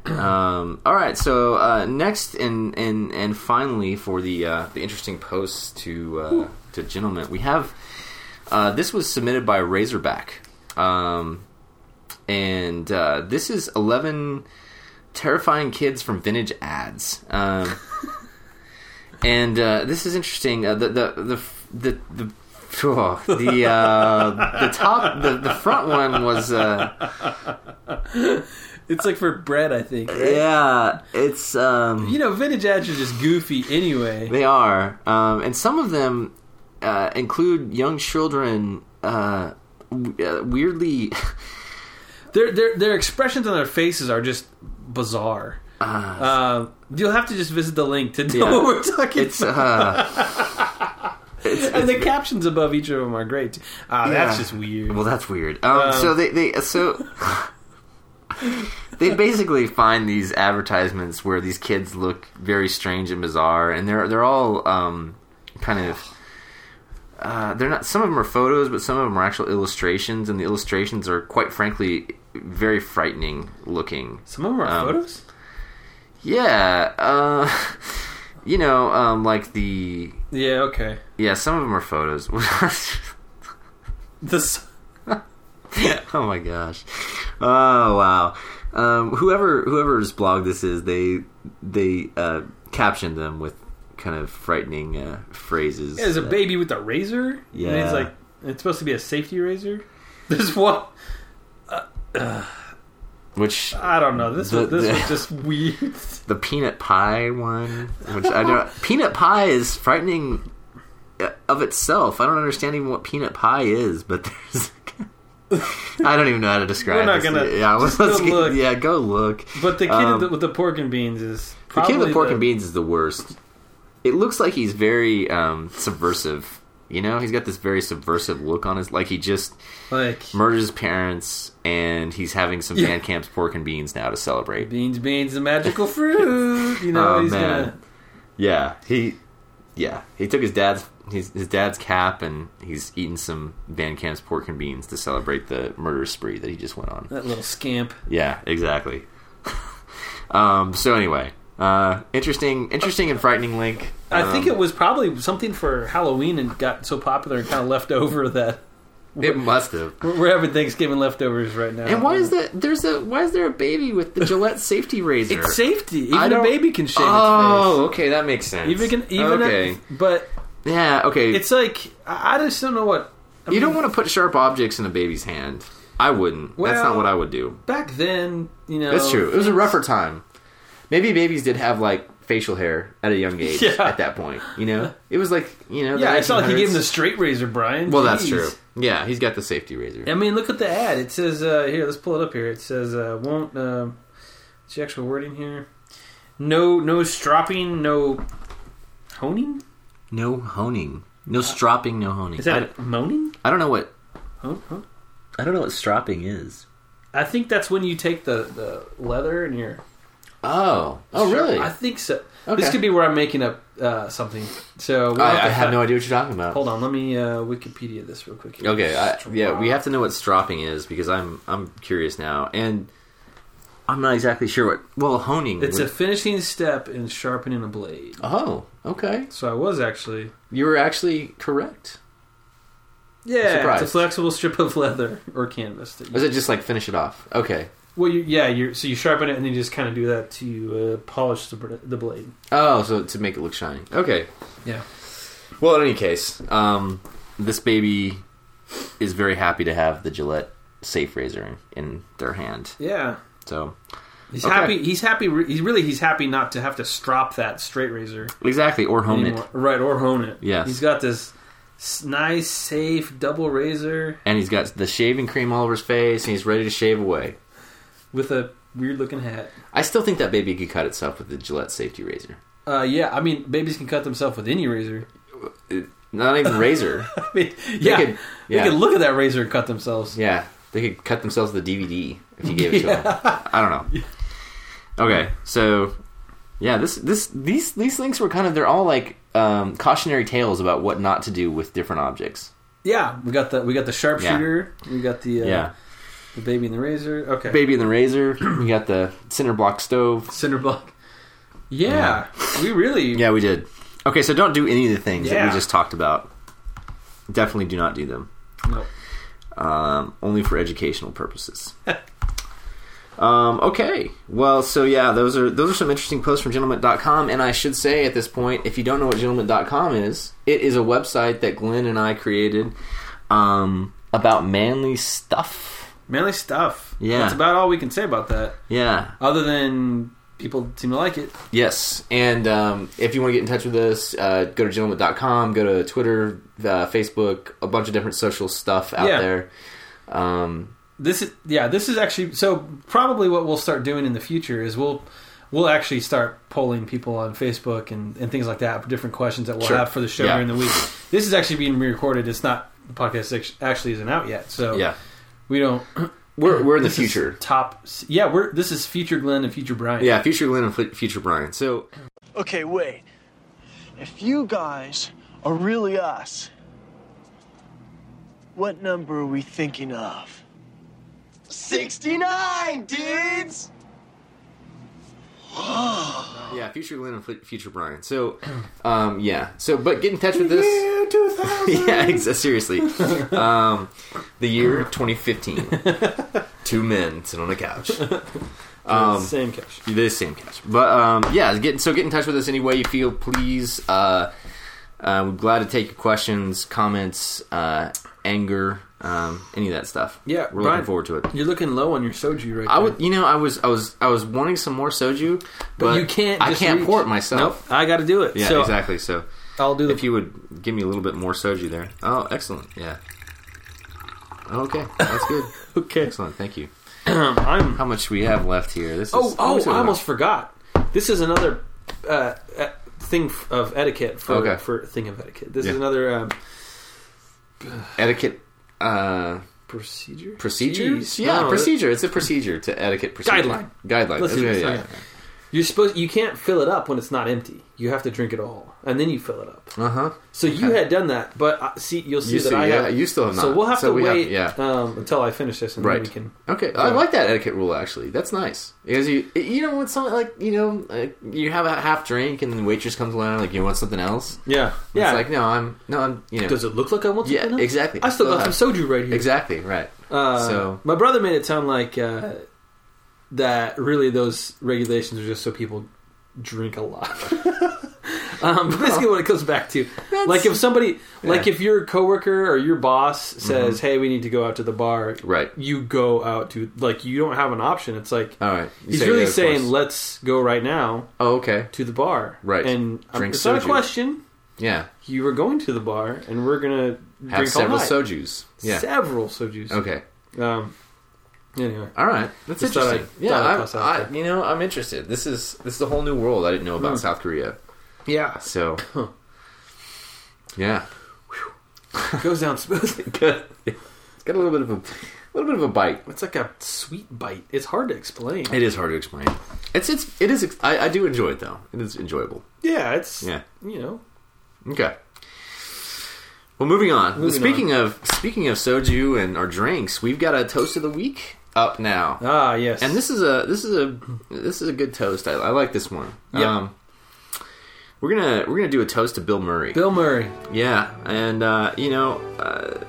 Um, all right. So uh, next and and and finally for the uh, the interesting posts to uh, to gentlemen, we have uh, this was submitted by Razorback, um, and uh, this is eleven terrifying kids from vintage ads. Um, and uh, this is interesting. Uh, the the the the, the oh, the uh, the top the, the front one was uh, cool. It's like for bread, I think. yeah it's um, You know, vintage ads are just goofy anyway. They are, um, and some of them uh, include young children. Uh, w- uh, weirdly, Their their their expressions on their faces are just bizarre. Um, you'll have to just visit the link to know Ah. Yeah. what we're talking. it's uh, about. and the captions above each of them are great. too. Ah, that's Yeah. just weird. well, that's weird. Um, so they they so. They basically find these advertisements where these kids look very strange and bizarre, and they're they're all um, kind of uh, they're not. Some of them are photos, but some of them are actual illustrations, and the illustrations are quite frankly very frightening looking. Some of them are Um, photos. Yeah, uh, you know, um, like the Yeah. Okay. yeah, some of them are photos. This oh my gosh. Oh wow. Um, whoever whoever's blog this is, they they uh, captioned them with kind of frightening uh, phrases. is a baby with a razor. and Yeah. it's like it's supposed to be a safety razor. This one, which I don't know. This The- was, this the- was just weird. the peanut pie one, which I don't. peanut pie is frightening uh, of itself. I don't understand even what peanut pie is, but there's. I don't even know how to describe. We're not this. gonna- Yeah, just let's go get- look. Yeah, go look. But the kid Um, with the- with the pork and beans is The probably kid with the pork and beans is the worst. It looks like he's very um, subversive. You know, he's got this very subversive look on his. Like he just Like murdered his parents, and he's having some Yeah. Van Camp's pork and beans now to celebrate. beans, beans, the magical fruit. You know, Oh, he's man. gonna. Yeah, he, yeah, he took his dad's his, his dad's cap, and he's eating some Van Camp's pork and beans to celebrate the murder spree that he just went on. That little scamp. Yeah, exactly. um. So anyway, uh, interesting, interesting and frightening link. I Um, think it was probably something for Halloween and got so popular and kind of left over that It must have. we're, we're having Thanksgiving leftovers right now. And why is that? There's a why is there a baby with the Gillette safety razor? It's safety. I Even a don't- baby can shave Oh, okay, that makes sense. its face. Even can even okay, a, but yeah, okay. it's like I I just don't know what I you mean, don't want to put sharp objects in a baby's hand. I wouldn't. That's Well- not what I would do. back then. You know, That's true. It was a rougher time. Maybe babies did have like facial hair at a young age Yeah. at that point. You know, it was like you know. the Yeah, it's not like he gave him the 1900s. straight razor, Brian. Well, that's Jeez. true. Yeah, he's got the safety razor. I mean, look at the ad. It says uh, here. Let's pull it up here. It says uh, won't. Uh, what's the actual wording here? No, no stropping, no honing. No honing, no stropping, no honing. Is that moaning? I, I don't know what Hon- hon- I don't know what stropping is. I think that's when you take the, the leather and you're. Oh, oh really? I think so. This Okay. Oh, could be where I'm making up uh, something. So we'll I, I to have fi- no idea what you're talking about. Oh, Hold on, let me uh, Wikipedia this real quick. Here. Okay, I, yeah, we have to know what stropping is because I'm I'm curious now, and I'm not exactly sure what. Well, honing. It's a would- finishing step in sharpening a blade. oh, okay. So I was actually. You were actually correct. Yeah, Surprised. it's a flexible strip of leather or canvas. That Or you, is it just like finish it off? Okay. well, you, yeah, you're, so you sharpen it and then you just kind of do that to uh, polish the, br- the blade. Oh, so to make it look shiny. Okay. Yeah. Well, in any case, um, this baby is very happy to have the Gillette safe razor in, in their hand. Yeah. So He's Okay. happy. He's happy. re- He's really. He's happy not to have to strop that straight razor exactly, or hone anymore. it, Right or hone it. Yes. He's got this s- nice, safe double razor and he's got the shaving cream all over his face, and he's ready to shave away. with a weird looking hat. I still think that baby could cut itself with the Gillette safety razor. Uh, yeah, I mean, babies can cut themselves with any razor. Not even razor. I mean, yeah, could- yeah. they can look at that razor and cut themselves. Yeah, they could cut themselves the DVD if you gave it to them. I don't know. Okay, so yeah, this this these these links were kind of they're all like um, cautionary tales about what not to do with different objects. Yeah, we got the we got the sharpshooter. We got the uh, Yeah, the baby and the razor. Okay, baby and the razor. We got the cinder block stove. cinder block. Yeah, we really. Yeah, we did. Okay, so don't do any of the things that Yeah. we just talked about. Definitely do not do them. No. um, only for educational purposes. um, okay, well, so yeah, those are those are some interesting posts from gentleman.com. And I should say at this point, if you don't know what gentleman.com is, it is a website that Glenn and I created um, about manly stuff. manly stuff. Yeah. that's about all we can say about that. Yeah. Other than people seem to like it. Yes. And um, if you want to get in touch with us, uh, go to gentleman.com, go to Twitter, uh, Facebook, a bunch of different social stuff out Yeah. there. Um, This is yeah. This is actually so probably what we'll start doing in the future is we'll we'll actually start polling people on Facebook and, and things like that for different questions that we'll Sure. have for the show Yeah. during the week. This is actually being re-recorded. It's not the podcast act- actually isn't out yet, so yeah. we don't. We're, we're in the this is future. top. Yeah, we're this is future Glenn and future Brian. Yeah, future Glenn and fu- future Brian. So Okay, wait. If you guys are really us, what number are we thinking of? 69, dudes! Yeah, future Lynn and fl- future Brian. So, um, yeah. So, but get in touch with us. yeah, ex- seriously. Um, the year 2015. Two men sit on a couch. um, Same couch. The same couch. But um, yeah, get, so get in touch with us any way you feel, please. Uh, uh, we're glad to take your questions, comments, uh, anger, um, any of that stuff. Yeah, we're Brian- looking forward to it. You're looking low on your soju right I now. would, you know, I was, I was, I was wanting some more soju, but, but you can't. I just can't reach. pour it myself. Nope. I got to do it. Yeah, so exactly. So I'll do the. if you would give me a little bit more soju there. Oh, excellent. Yeah. Okay, that's good. okay. excellent. Thank you. I'm How much we have left here? This is Oh, oh! so I almost forgot. This is another uh, uh, thing f- of etiquette for Okay. for thing of etiquette. This Yeah. is another um, etiquette. Uh, procedure. procedures? Jeez, yeah, no, procedure. It's a procedure to etiquette procedure. Guideline. Guideline. That's- Let's do this. yeah, yeah. Okay. You're supposed. You can't fill it up when it's not empty. You have to drink it all, and then you fill it up. Uh huh. So you had done that, but uh, see, you'll see You that see, I yeah, have. you still have So not. we'll have So to we have- wait yeah. um, until I finish this, and Right. then we can. Okay, I like that etiquette rule actually. That's nice because you you know when something like you know like you have a half drink and the waitress comes along like you want something else. Yeah, yeah. It's like no, I'm no, I'm you know Does it look like I want? Yeah, something else? exactly. I still Still got have- some soju right here. exactly right. Uh, so my brother made it sound like uh, that really those regulations are just so people drink a lot. um, but basically, what it comes back to, like if somebody, like if your coworker or your boss says, "Hey, we need to go out to the bar," Mm-hmm. Right. You go out to like you don't have an option. It's like all right, You he's say, really yeah, of saying, course. "Let's go right now oh okay, to the bar," Right. And um, Drink it's not a soju. question. yeah, You were going to the bar, and we're gonna have drink several all night. soju's. Yeah, Several soju's. okay, Um. Anyway. all right, that's Just thought interesting. I'd- yeah, thought I'd I, toss out I- there. you know I'm interested. This is this is a whole new world I didn't know about South Korea. Yeah. So yeah, goes down smoothly. good. It's got a little bit of a little bit of a bite. It's like a sweet bite. It's hard to explain. It is hard to explain. It's it's it is. ex- I, I do enjoy it though. It is enjoyable. Yeah, it's Yeah. you know. Okay. Well, moving on. Moving speaking of speaking of soju and our drinks, we've got a toast of the week up now, Ah yes. and this is a this is a this is a good toast. I, I like this one. Um, Yeah. we're gonna we're gonna do a toast to Bill Murray. Bill Murray. Yeah, and uh, you know, uh,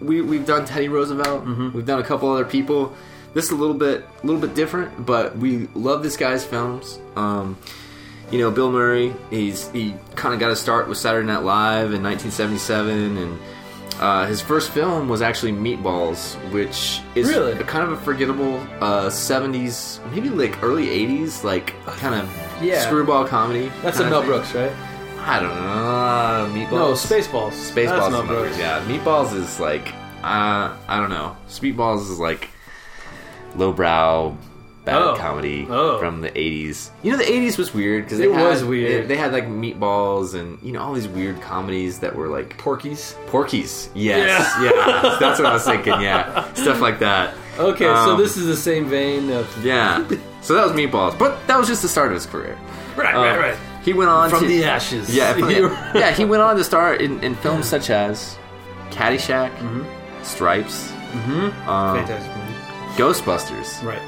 we we've done Teddy Roosevelt. Mm-hmm. We've done a couple other people. This is a little bit a little bit different, but we love this guy's films. Um, you know, Bill Murray. He's he kind of got his start with Saturday Night Live in 1977, and uh, his first film was actually Meatballs, which is Really? a kind of a forgettable uh, 70s, maybe like early 80s, like kind of Yeah. screwball comedy. That's kinda a Mel thing. Brooks, right? I don't know. Meatballs. No, Spaceballs. Spaceballs That's is Mel my favorite. Brooks. Yeah, Meatballs is like uh, I don't know. Speedballs is like lowbrow bad Oh. comedy Oh. from the '80s. You know, the '80s was weird because It was weird. They, they had like Meatballs and you know all these weird comedies that were like Porkies. Porkies. Yes, yeah, that's what I was thinking. Yeah, stuff like that. Okay, so Um, this is the same vein of Yeah, so that was Meatballs, but that was just the start of his career. right, Um, He went on uh, From to, the ashes. yeah, from You- the- yeah. He went on to star in, in films such as Caddyshack, Mm-hmm. Stripes, Uh, Fantastic movie. Ghostbusters. Right.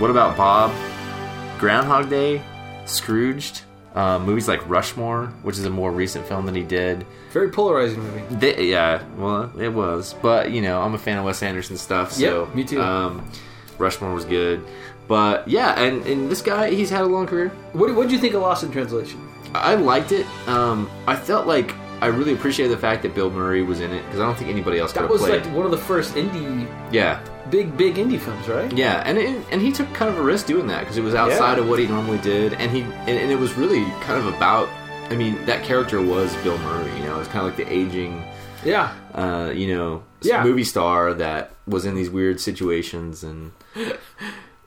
What about Bob? Groundhog Day, Scrooged. Uh, movies like Rushmore, which is a more recent film that he did. Very polarizing movie. They, yeah, well, it was, but you know, I'm a fan of Wes Anderson stuff. So Yep, me too. Um, Rushmore was good, but yeah, and and this guy, he's had a long career. What what do you think of Lost in Translation? I liked it. Um, I felt like I really appreciated the fact that Bill Murray was in it because I don't think anybody else could That have was played. like one of the first indie yeah, big big indie films, right? yeah, and it, and he took kind of a risk doing that because it was outside Yeah. of what he normally did, and he and, and it was really kind of about. I mean, that character was Bill Murray. You know, it was kind of like the aging, Yeah. uh, you know, Yeah. movie star that was in these weird situations and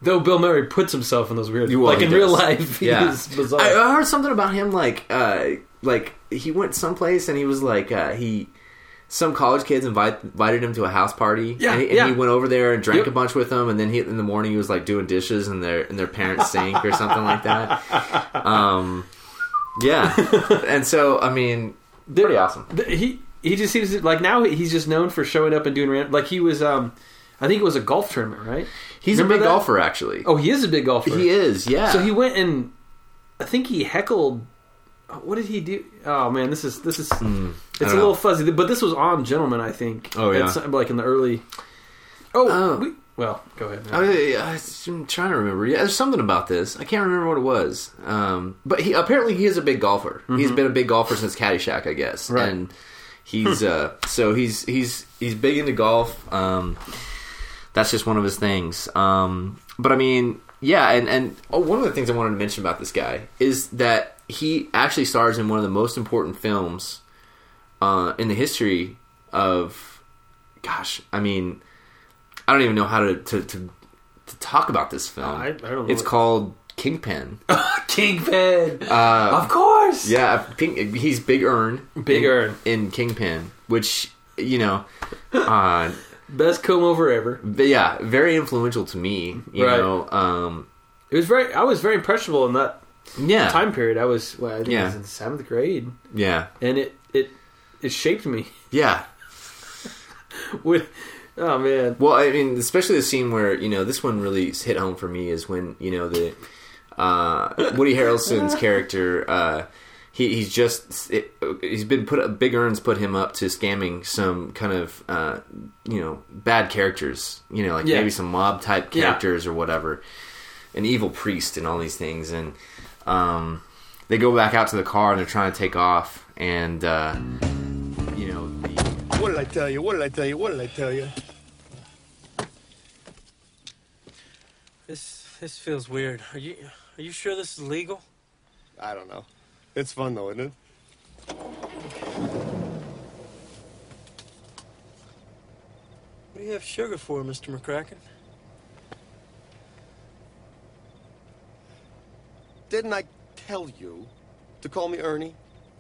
Though Bill Murray puts himself in those weird Well, like he in does. real life he Yeah. is bizarre. I, uh, I heard something about him like uh like he went someplace and he was like uh he some college kids invite, invited him to a house party. Yeah, and he, yeah. and he went over there and drank Yep. a bunch with them. And then he, in the morning, he was like doing dishes in their in their parents' sink or something like that. Um, yeah, and so I mean, pretty awesome. Th- he he just seems to- like now he's just known for showing up and doing random like he was um I think it was a golf tournament right He's Remember a big that? golfer, actually. oh he is a big golfer he is. Yeah. so he went and I think he heckled what did he do? Oh man, this is this is it's a Hmm, don't little know. fuzzy. But this was on Gentlemen, I think. Oh, yeah. It's like in the early. Oh, Oh. We, well, go ahead. man. I, I, I'm trying to remember. Yeah, there's something about this. I can't remember what it was. Um, but he apparently he is a big golfer. He's been a big golfer since Caddyshack, I guess. Right. And he's uh, so he's he's he's big into golf. Um, that's just one of his things. Um, but I mean, yeah, and and oh, one of the things I wanted to mention about this guy is that he actually stars in one of the most important films uh, in the history of. Gosh, I mean, I don't even know how to to, to, to talk about this film. I- I don't know it's what- called Kingpin. Kingpin. of course. Uh, Yeah, I think he's Big Earn. Big in, Earn. in Kingpin, which you know, uh, Best comb over ever. but yeah, very influential to me. You Right. know, um, It was very. I was very impressionable in that yeah, time period. I was. Well, I think I Yeah. was in seventh grade, yeah, and it it it shaped me. yeah. With oh man, Well, I mean, especially the scene where you know this one really hit home for me is when you know the uh, Woody Harrelson's character. Uh, he, he's just it, he's been put up. Big Earns put him up to scamming some kind of uh, you know bad characters. You know, like Yeah. maybe some mob type Yeah. characters or whatever. An evil priest and all these things, and um, they go back out to the car and they're trying to take off, and uh, you know. The, What did I tell you? What did I tell you? What did I tell you? This this feels weird. Are you are you sure this is legal? I don't know. It's fun though, isn't it? What do you have sugar for, Mr. McCracken? Didn't I tell you to call me Ernie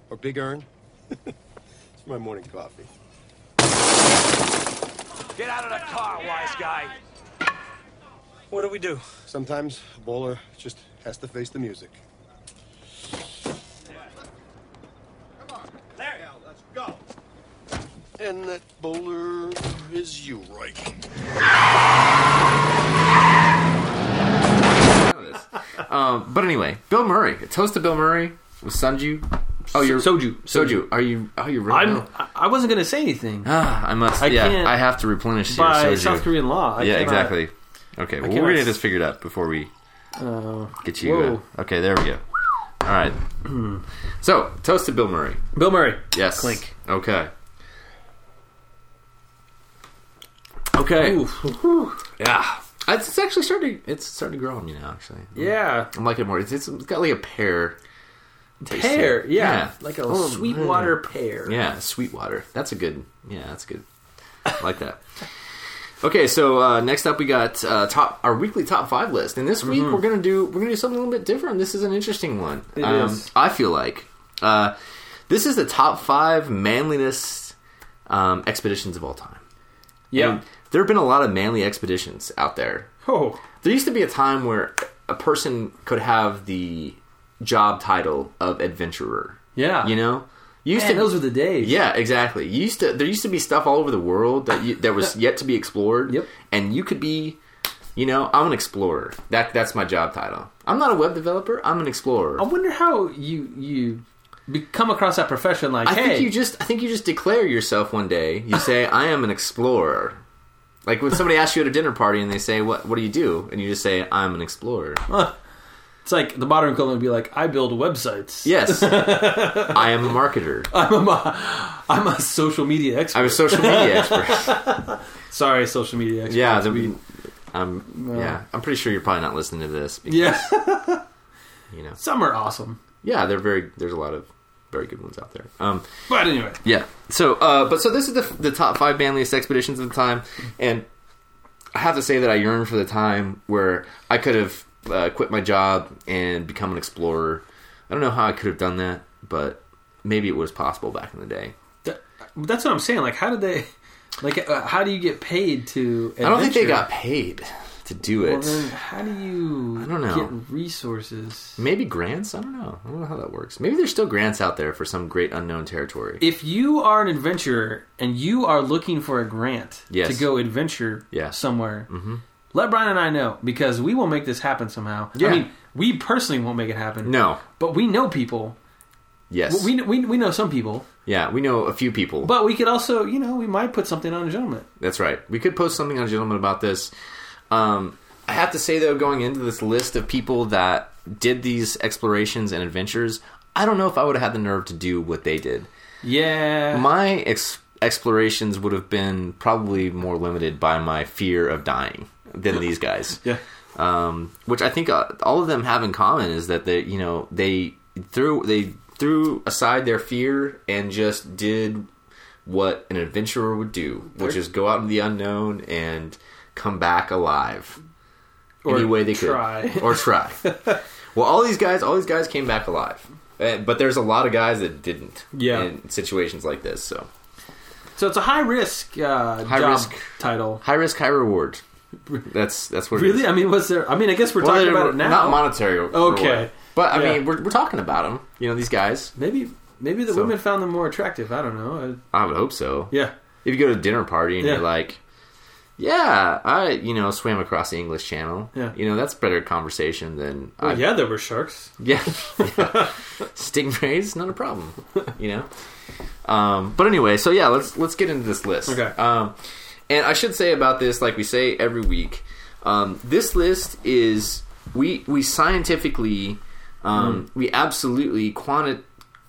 or Big Ern? it's my morning coffee. Get out of the car, wise guy. What do we do? Sometimes a bowler just has to face the music. There, let's go. And that bowler is you, right? Um, but anyway, Bill Murray. A toast to Bill Murray with Sunju. Oh, you're Soju. Soju. Are you? Are you really? I'm. now? I- I wasn't gonna say anything Ah, I must. I yeah, can't- I have to replenish your by soju. South Korean law. I yeah, cannot- exactly. Okay, well, we're cannot gonna s- Oh, get this figured out before we get you. whoa. Uh, okay, there we go. All right. so, toast to Bill Murray. Bill Murray. Yes. Clink. Okay. Okay. Ooh. Yeah. It's, it's actually starting. It's starting to grow on me now. Actually. Yeah. I'm liking it more. It's, it's got like a pear. taste to it. Pear. Yeah. Like a Oh, Sweetwater pear. Yeah, Sweetwater. Uh, That's a good. Yeah, that's good. I like that. Okay, so uh, next up we got uh, top our weekly top five list, and this week we're gonna do we're gonna do something a little bit different. This is an interesting one. Mm-hmm. Um, It is. I feel like uh, this is the top five manliness um, expeditions of all time. Yeah. And there have been a lot of manly expeditions out there. oh. There used to be a time where a person could have the job title of adventurer. Yeah. you know, you used Man, to those were the days. yeah, exactly. You used to there used to be stuff all over the world that you, that was yet to be explored. Yep. And you could be, you know, I'm an explorer. That that's my job title. I'm not a web developer. I'm an explorer. I wonder how you you be- come across that profession. Like, I hey, think you just I think you just declare yourself one day. You say I am an explorer. Like when somebody asks you at a dinner party and they say what what do you do and you just say I'm an explorer. it's like the modern equivalent would be like, I build websites. Yes. I am a marketer. I'm a, I'm a social media expert. I'm a social media expert. Sorry, social media expert. Yeah, the, I'm yeah, I'm pretty sure you're probably not listening to this because yeah. you know. Some are awesome, yeah, they're very. There's a lot of very good ones out there. Um, but anyway, yeah. So, uh, but so this is the the top five manliest expeditions of the time, and I have to say that I yearn for the time where I could have uh, quit my job and become an explorer. I don't know how I could have done that, but maybe it was possible back in the day. Th- that's what I'm saying. Like, how did they? Like, uh, how do you get paid to? I don't think they adventure? got paid to do Well, it. then how do you? I don't know. Get resources. Maybe grants? I don't know. I don't know how that works. Maybe there's still grants out there for some great unknown territory. If you are an adventurer and you are looking for a grant Yes. Mm-hmm. to go adventure Yeah. somewhere, let Brian and I know because we will make this happen somehow. Yeah. I mean, we personally won't make it happen. No. But we know people Yes. We, we, we know some people, yeah, we know a few people. but we could also, you know, we might put something on a gentleman. That's right. We could post something on Gentlemen about this. Um, I have to say though, going into this list of people that did these explorations and adventures, I don't know if I would have had the nerve to do what they did. Yeah. My ex- explorations would have been probably more limited by my fear of dying than these guys. yeah. um, which I think uh, all of them have in common is that they, you know, they threw they threw aside their fear and just did what an adventurer would do, which is go out into the unknown and come back alive Or any way they try. could, or try. well, all these guys, all these guys came back alive, Uh, but there's a lot of guys that didn't. Yeah. in situations like this, so So it's a high risk uh, High job risk. title. high risk, high reward. That's that's what it is. Really? I mean, was there? I mean, I guess we're Well, talking they're about it now. Not monetary. Okay. reward. But I Yeah. mean, we're, we're talking about them. You know, these guys. maybe maybe the So- women found them more attractive. I don't know. I, I would hope so. yeah. If you go to a dinner party and Yeah. you're like, yeah, I, you know, swam across the English Channel. Yeah. You know, that's better conversation than. Well, I, yeah, there were sharks. Yeah. yeah. Stingrays, not a problem. You know. Um, but anyway, so yeah, let's let's get into this list. Okay. Um, and I should say about this, like we say every week, um, this list is we we scientifically, um, Mm. we absolutely quanti-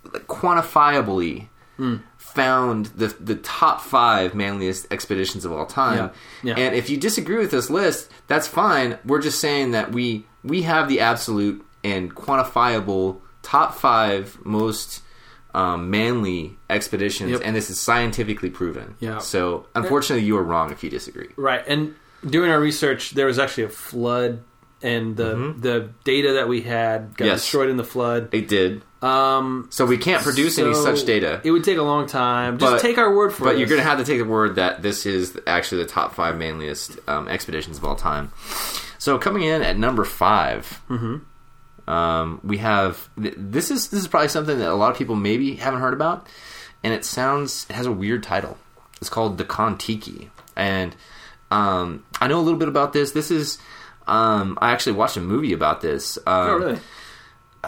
quantifiably Mm. found the the top five manliest expeditions of all time. Yeah. Yeah. And if you disagree with this list, that's fine. We're just saying that we we have the absolute and quantifiable top five most um, manly expeditions, Yep. and this is scientifically proven. Yeah. So unfortunately, you are wrong if you disagree. Right. And doing our research, there was actually a flood, and the the data that we had Mm-hmm. got Yes. destroyed in the flood. It did. Um, So we can't produce any so such data. It would take a long time. Just Um, But- take our word for it. but you're going to have to take the word that this is actually the top five manliest um, expeditions of all time. So coming in at number 5 Mm-hmm. um, we have th- this is this is probably something that a lot of people maybe haven't heard about, and it sounds it has a weird title. It's called the Kontiki, and um, I know a little bit about this. This is um, I actually watched a movie about this. Um, Oh, really?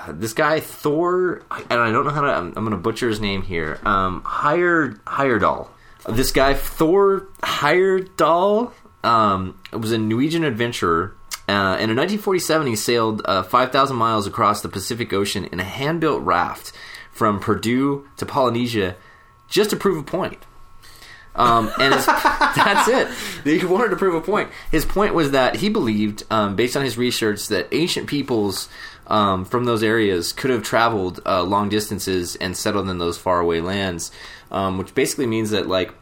this guy Thor, and I don't know how to. I'm, I'm going to butcher his name here. Um, Hired Heyerdahl. This guy Thor Heyerdahl um, was a Norwegian adventurer. Uh, and in 1947, he sailed uh, 5,000 miles across the Pacific Ocean in a hand-built raft from Purdue to Polynesia just to prove a point. Um, and his, that's it. He wanted to prove a point. His point was that he believed, um, based on his research, that ancient peoples um, from those areas could have traveled uh, long distances and settled in those faraway lands, um, which basically means that, like,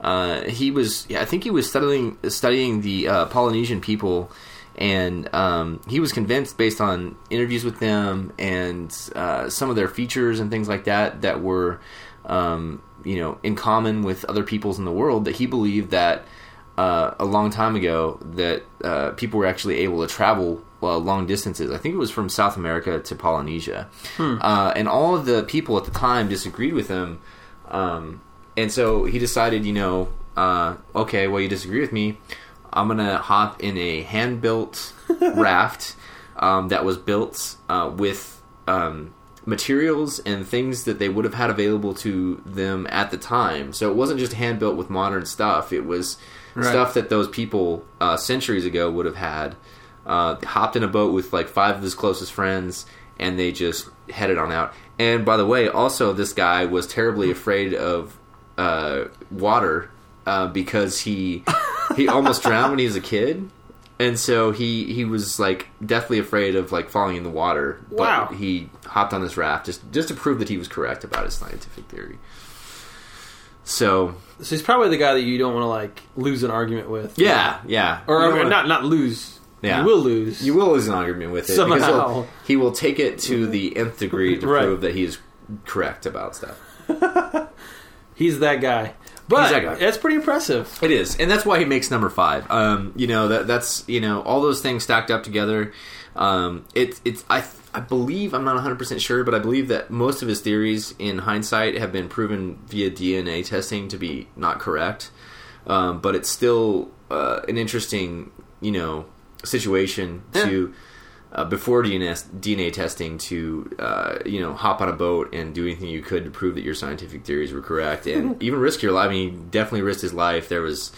uh, he was, yeah, I think he was studying studying the uh, Polynesian people, and um, he was convinced based on interviews with them and uh, some of their features and things like that that were um, you know, in common with other peoples in the world, that he believed that uh, a long time ago that uh, people were actually able to travel uh, long distances. I think it was from South America to Polynesia, uh, and all of the people at the time disagreed with him. Um, and so he decided, you know, uh, okay, well, you disagree with me. I'm gonna hop in a hand built raft um, that was built uh, with um, materials and things that they would have had available to them at the time. So it wasn't just hand built with modern stuff. It was stuff that those people uh, centuries ago would have had. Uh, hopped in a boat with like five of his closest friends, and they just headed on out. And by the way, also this guy was terribly afraid of uh, water uh, because he he almost drowned when he was a kid, and so he he was like deathly afraid of like falling in the water. But Wow. he hopped on this raft just just to prove that he was correct about his scientific theory. So So he's probably the guy that you don't want to like lose an argument with. yeah, yeah, Or, You or don't wanna- not not lose. Yeah. You will lose. You will lose an argument with it. Somehow. because he'll- he will take it to the nth degree to Right. prove that he is correct about stuff. He's that guy. But that guy. that's pretty impressive. It is, and that's why he makes number five. Um, you know that that's you know all those things stacked up together. Um, it's it's I I believe I'm not 100 percent sure, but I believe that most of his theories in hindsight have been proven via DNA testing to be not correct. Um, but it's still uh, an interesting you know situation to uh, before DNS, DNA testing to uh, you know hop on a boat and do anything you could to prove that your scientific theories were correct, and even risk your life. I mean, he definitely risked his life. There was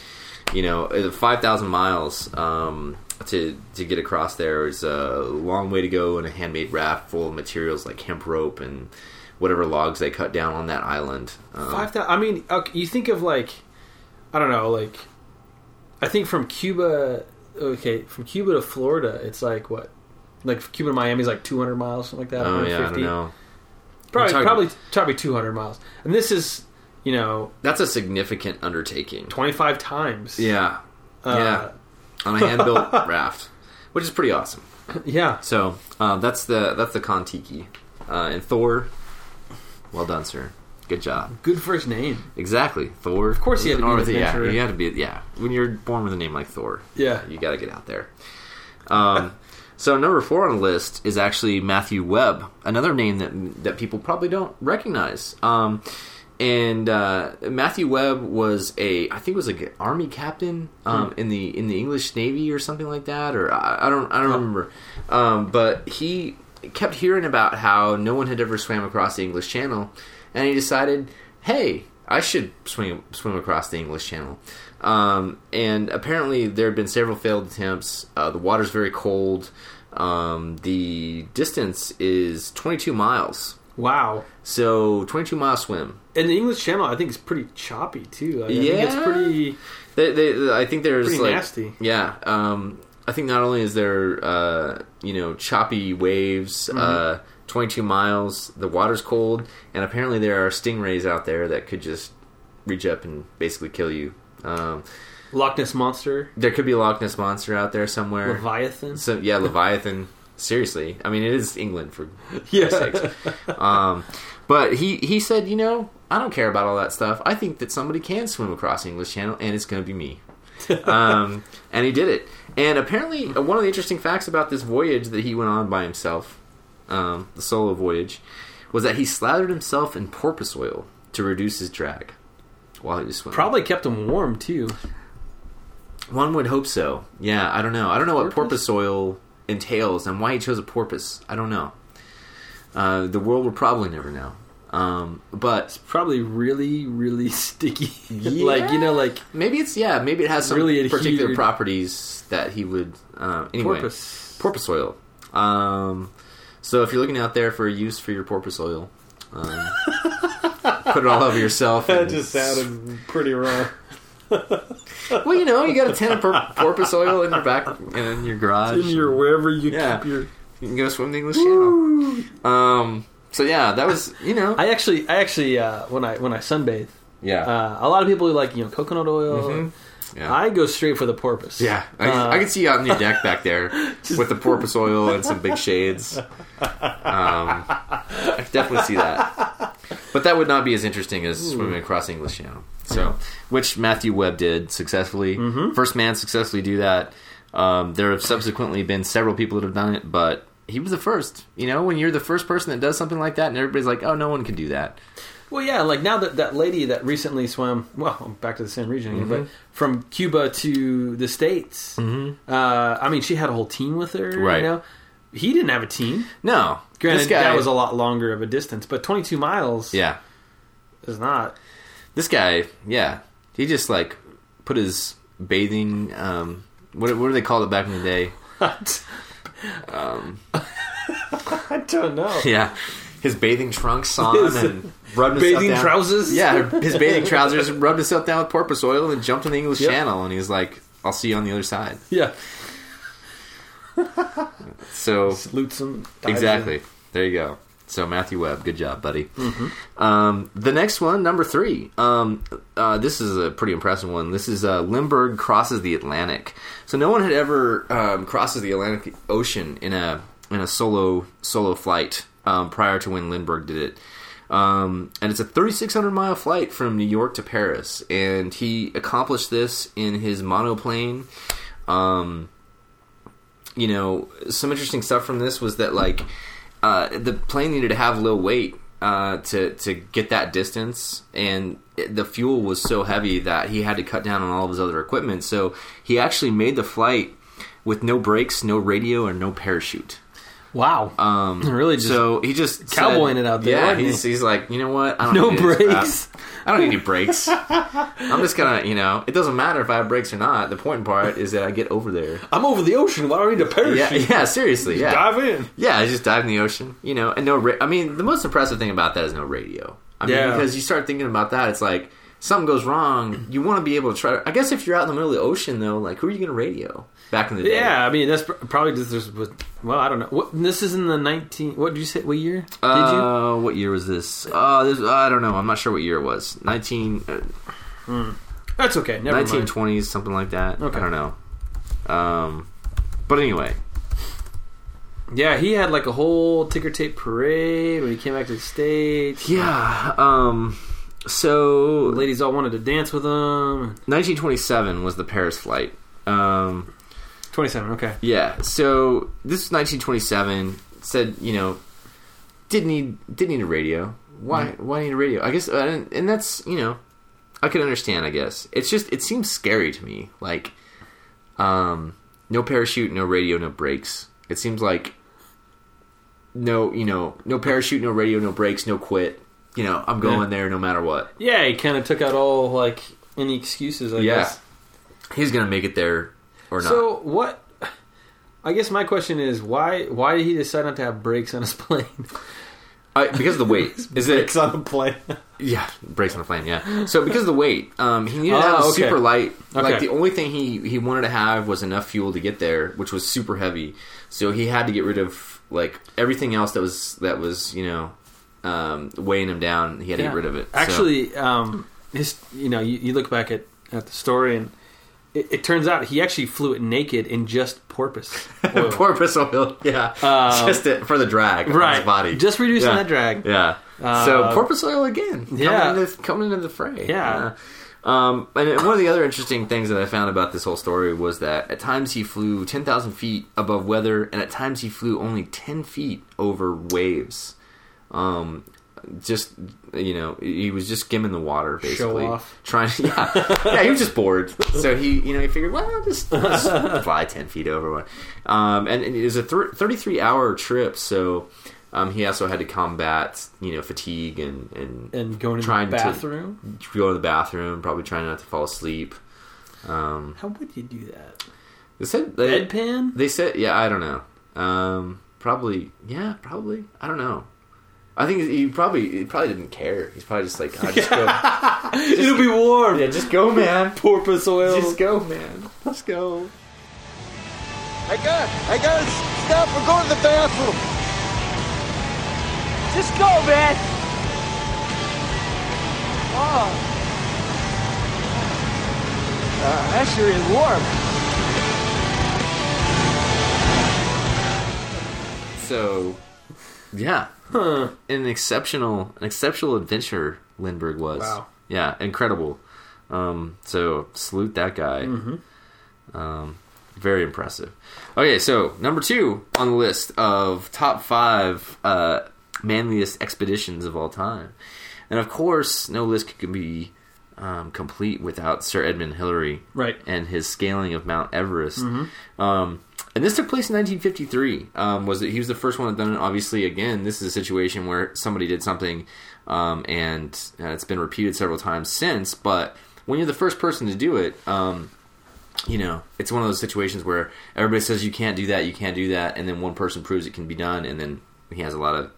you know uh, five thousand miles um, to to get across. There is a long way to go in a handmade raft full of materials like hemp rope and whatever logs they cut down on that island. Um, Five thousand. I mean, okay, you think of like, I don't know, like, I think from Cuba, okay, from Cuba to Florida, it's like what, like from Cuba to Miami is like two hundred miles, something like that. oh yeah, I don't 150. know. Probably, I'm talking- probably, probably two hundred miles. And this is, you know, That's a significant undertaking. twenty Uh, five times. Yeah, yeah, on a hand built raft, which is pretty awesome. yeah. So uh, that's the that's the Kontiki uh, and Thor. Well done, sir. Good job. Good first name. Exactly, Thor. Of course he had to be an Yeah, adventurer. you had to be. Yeah, when you're born with a name like Thor, Yeah. you got to get out there. Um, so number four on the list is actually Matthew Webb, another name that that people probably don't recognize. Um, and uh, Matthew Webb was a, I think was like an army captain um, Hmm. in the in the English Navy or something like that, or I, I don't I don't remember. Um, but he kept hearing about how no one had ever swam across the English Channel, and he decided, hey, I should swim swim across the English Channel. Um, and apparently, there had been several failed attempts. Uh, the water's very cold. Um, the distance is 22 miles, Wow. so 22 mile swim. And the English Channel, I think, is pretty choppy too. I, I think it's Yeah. pretty. They, they, I think there's Pretty like nasty. yeah. Um, I think not only is there uh, you know choppy waves, Mm-hmm. uh, 22 miles, the water's cold, and apparently there are stingrays out there that could just reach up and basically kill you. Um, Loch Ness monster, there could be a Loch Ness monster out there somewhere. Leviathan. So yeah, Leviathan. Seriously, I mean, it is England for Yeah. Christ's sakes. Um, but he he said, you know, I don't care about all that stuff. I think that somebody can swim across the English Channel, and it's going to be me. um, and he did it. And apparently, uh, one of the interesting facts about this voyage that he went on by himself, um, the solo voyage, was that he slathered himself in porpoise oil to reduce his drag while he was swimming. Probably kept him warm too. One would hope so. Yeah, I don't know. I don't know what Porpoise? porpoise oil entails and why he chose a porpoise. I don't know. Uh, the world will probably never know. Um, but Probably really, really sticky. like you know, like maybe it's yeah. Maybe it has some Really adhered- particular properties that he would. Uh, anyway, porpoise. porpoise oil. Um, so if you're looking out there for use for your porpoise oil, um, put it all over yourself. and- sounded pretty wrong. well, you know, you got a tin of por- porpoise oil in your back and in your garage. In your wherever you Yeah. keep your. You can go swim the English Channel. Um. So yeah, that was you know. I actually, I actually, uh, when I when I sunbathe, yeah. uh, a lot of people like you know coconut oil. Mm-hmm. Yeah. I go straight for the porpoise. yeah, I, uh, I can see you out on your deck back there with the porpoise oil and some big shades. Um, I could definitely see that, but that would not be as interesting as swimming across the English Channel. So, which Matthew Webb did successfully, Mm-hmm. first man successfully do that. Um, there have subsequently been several people that have done it, but he was the first. You know, when you're the first person that does something like that, and everybody's like, "Oh, no one can do that." Well, yeah, like now that that lady that recently swam, well, I'm back to the same region again, Mm-hmm. but from Cuba to the States, uh, I mean, she had a whole team with her, Right. You know? He didn't have a team. No, Granted, this guy that was a lot longer of a distance, but 22 miles yeah. is not. this guy, yeah, he just like put his bathing. Um, what what do they call it back in the day? I don't know. Um, Yeah, his bathing trunks on His and rubbed himself bathing down. trousers? Yeah, his bathing trousers rubbed himself down with porpoise oil and jumped in the English Yep. Channel, and he was like, "I'll see you on the other side." Yeah, So salutes him. exactly, there you go. So Matthew Webb, good job, buddy. Um, the next one, number three. Um, uh, this is a pretty impressive one. This is uh, Lindbergh crosses the Atlantic. So no one had ever um, crosses the Atlantic Ocean in a in a solo solo flight um, prior to when Lindbergh did it. Um, and it's a 3,600 mile flight from New York to Paris, and he accomplished this in his monoplane. Um, you know, some interesting stuff from this was that like uh, the plane needed to have low weight uh, to to get that distance, and it- the fuel was so heavy that he had to cut down on all of his other equipment. So he actually made the flight with no brakes, no radio, and no parachute. Wow. Um, really just So he just Cowboying said- it out there, Yeah, wasn't he? he's, he's like, you know what? I don't No need this. brakes? I, I don't need any brakes. I'm just gonna, you know, it doesn't matter if I have brakes or not. The important part is that I get over there. I'm over the ocean. Why do I need a parachute? Yeah, yeah, seriously, yeah, Oh, Dive in. yeah. I just dive in the ocean, you know, and no. Ra- I mean, the most impressive thing about that is no radio. I mean, Yeah. because you start thinking about that, it's like something goes wrong. You want to be able to try. To, I guess if you're out in the middle of the ocean, though, like who are you going to radio? Back in the day, Yeah, I mean that's pr- probably just there's was- well I don't know. What, this is in the nineteen. What did you say? What year did you? Uh, what year was this? Uh, this? I don't know. I'm not sure what year it was. 19, uh, That's okay. Never mind. 1920s, something like that. Okay. I don't know. Um, but anyway, Yeah, he had like a whole ticker tape parade when he came back to the states. yeah. Um, so The ladies all wanted to dance with him. 1927 was the Paris flight. Um, Twenty-seven. Okay. Yeah. So this is 1927. Said you know, didn't need didn't need a radio. Why Mm-hmm. why need a radio? I guess uh, and, and that's you know, I could understand. I guess it's just it seems scary to me. Like, um, no parachute, no radio, no brakes. It seems like no you know no parachute, no radio, no brakes, no quit. You know, I'm going Yeah. there no matter what. Yeah, he kind of took out all like any excuses. I Yeah. guess. He's gonna make it there or not. So what? I guess my question is why? Why did he decide not to have brakes on his plane? I, because of the weight, is it on a plane. Yeah, brakes on a plane. Yeah. So because of the weight, um, he needed to Oh, have a okay. super light. Okay. Like the only thing he he wanted to have was enough fuel to get there, which was super heavy. So he had to get rid of like everything else that was that was you know um, weighing him down. He had to get rid of it. So- Actually, um, his you know you, you look back at, at the story and it, it turns out he actually flew it naked in just porpoise oil. porpoise oil. Yeah, just it, for the drag on Uh, right his body. just reducing Yeah. that drag. Uh, Yeah. so porpoise oil again. yeah. Coming into, coming into the fray. Yeah. Um, and one of the other interesting things that I found about this whole story was that at times he flew 10,000 feet above weather, and at times he flew only 10 feet over waves. Um, just you know, he was just skimming the water, basically off. trying. Yeah, yeah, he was just bored. So he, you know, he figured, well, I'll just, I'll just fly ten feet over one. Um, and, and it was a thr thirty-three hour trip, so um, he also had to combat, you know, fatigue and and, And going to Trying the to- bathroom. go to the bathroom, probably trying not to fall asleep. Um, How would you do that? they said they, Bedpan? they said, yeah, I don't know. Um, probably, yeah, probably. I don't know. I think he probably he probably didn't care. He's probably just like, I just go, It'll be warm. yeah, just go, man. Porpoise oil. Just go, man. Let's go. I got, I gotta stop. We're going to the bathroom. Just go, man. Oh. Uh, that sure is warm. So, yeah, an exceptional, an exceptional adventure Lindbergh was. Wow. Yeah, incredible. Um, so salute that guy. Um, very impressive. Okay, so number two on the list of top five uh, manliest expeditions of all time, and of course, no list could be um, complete without Sir Edmund Hillary Right. and his scaling of Mount Everest. Um, and this took place in 1953. Um, was that he was the first one to done it? Obviously, again, this is a situation where somebody did something, um, and uh, it's been repeated several times since. But when you're the first person to do it, um, you know it's one of those situations where everybody says you can't do that, you can't do that, and then one person proves it can be done, and then he has a lot of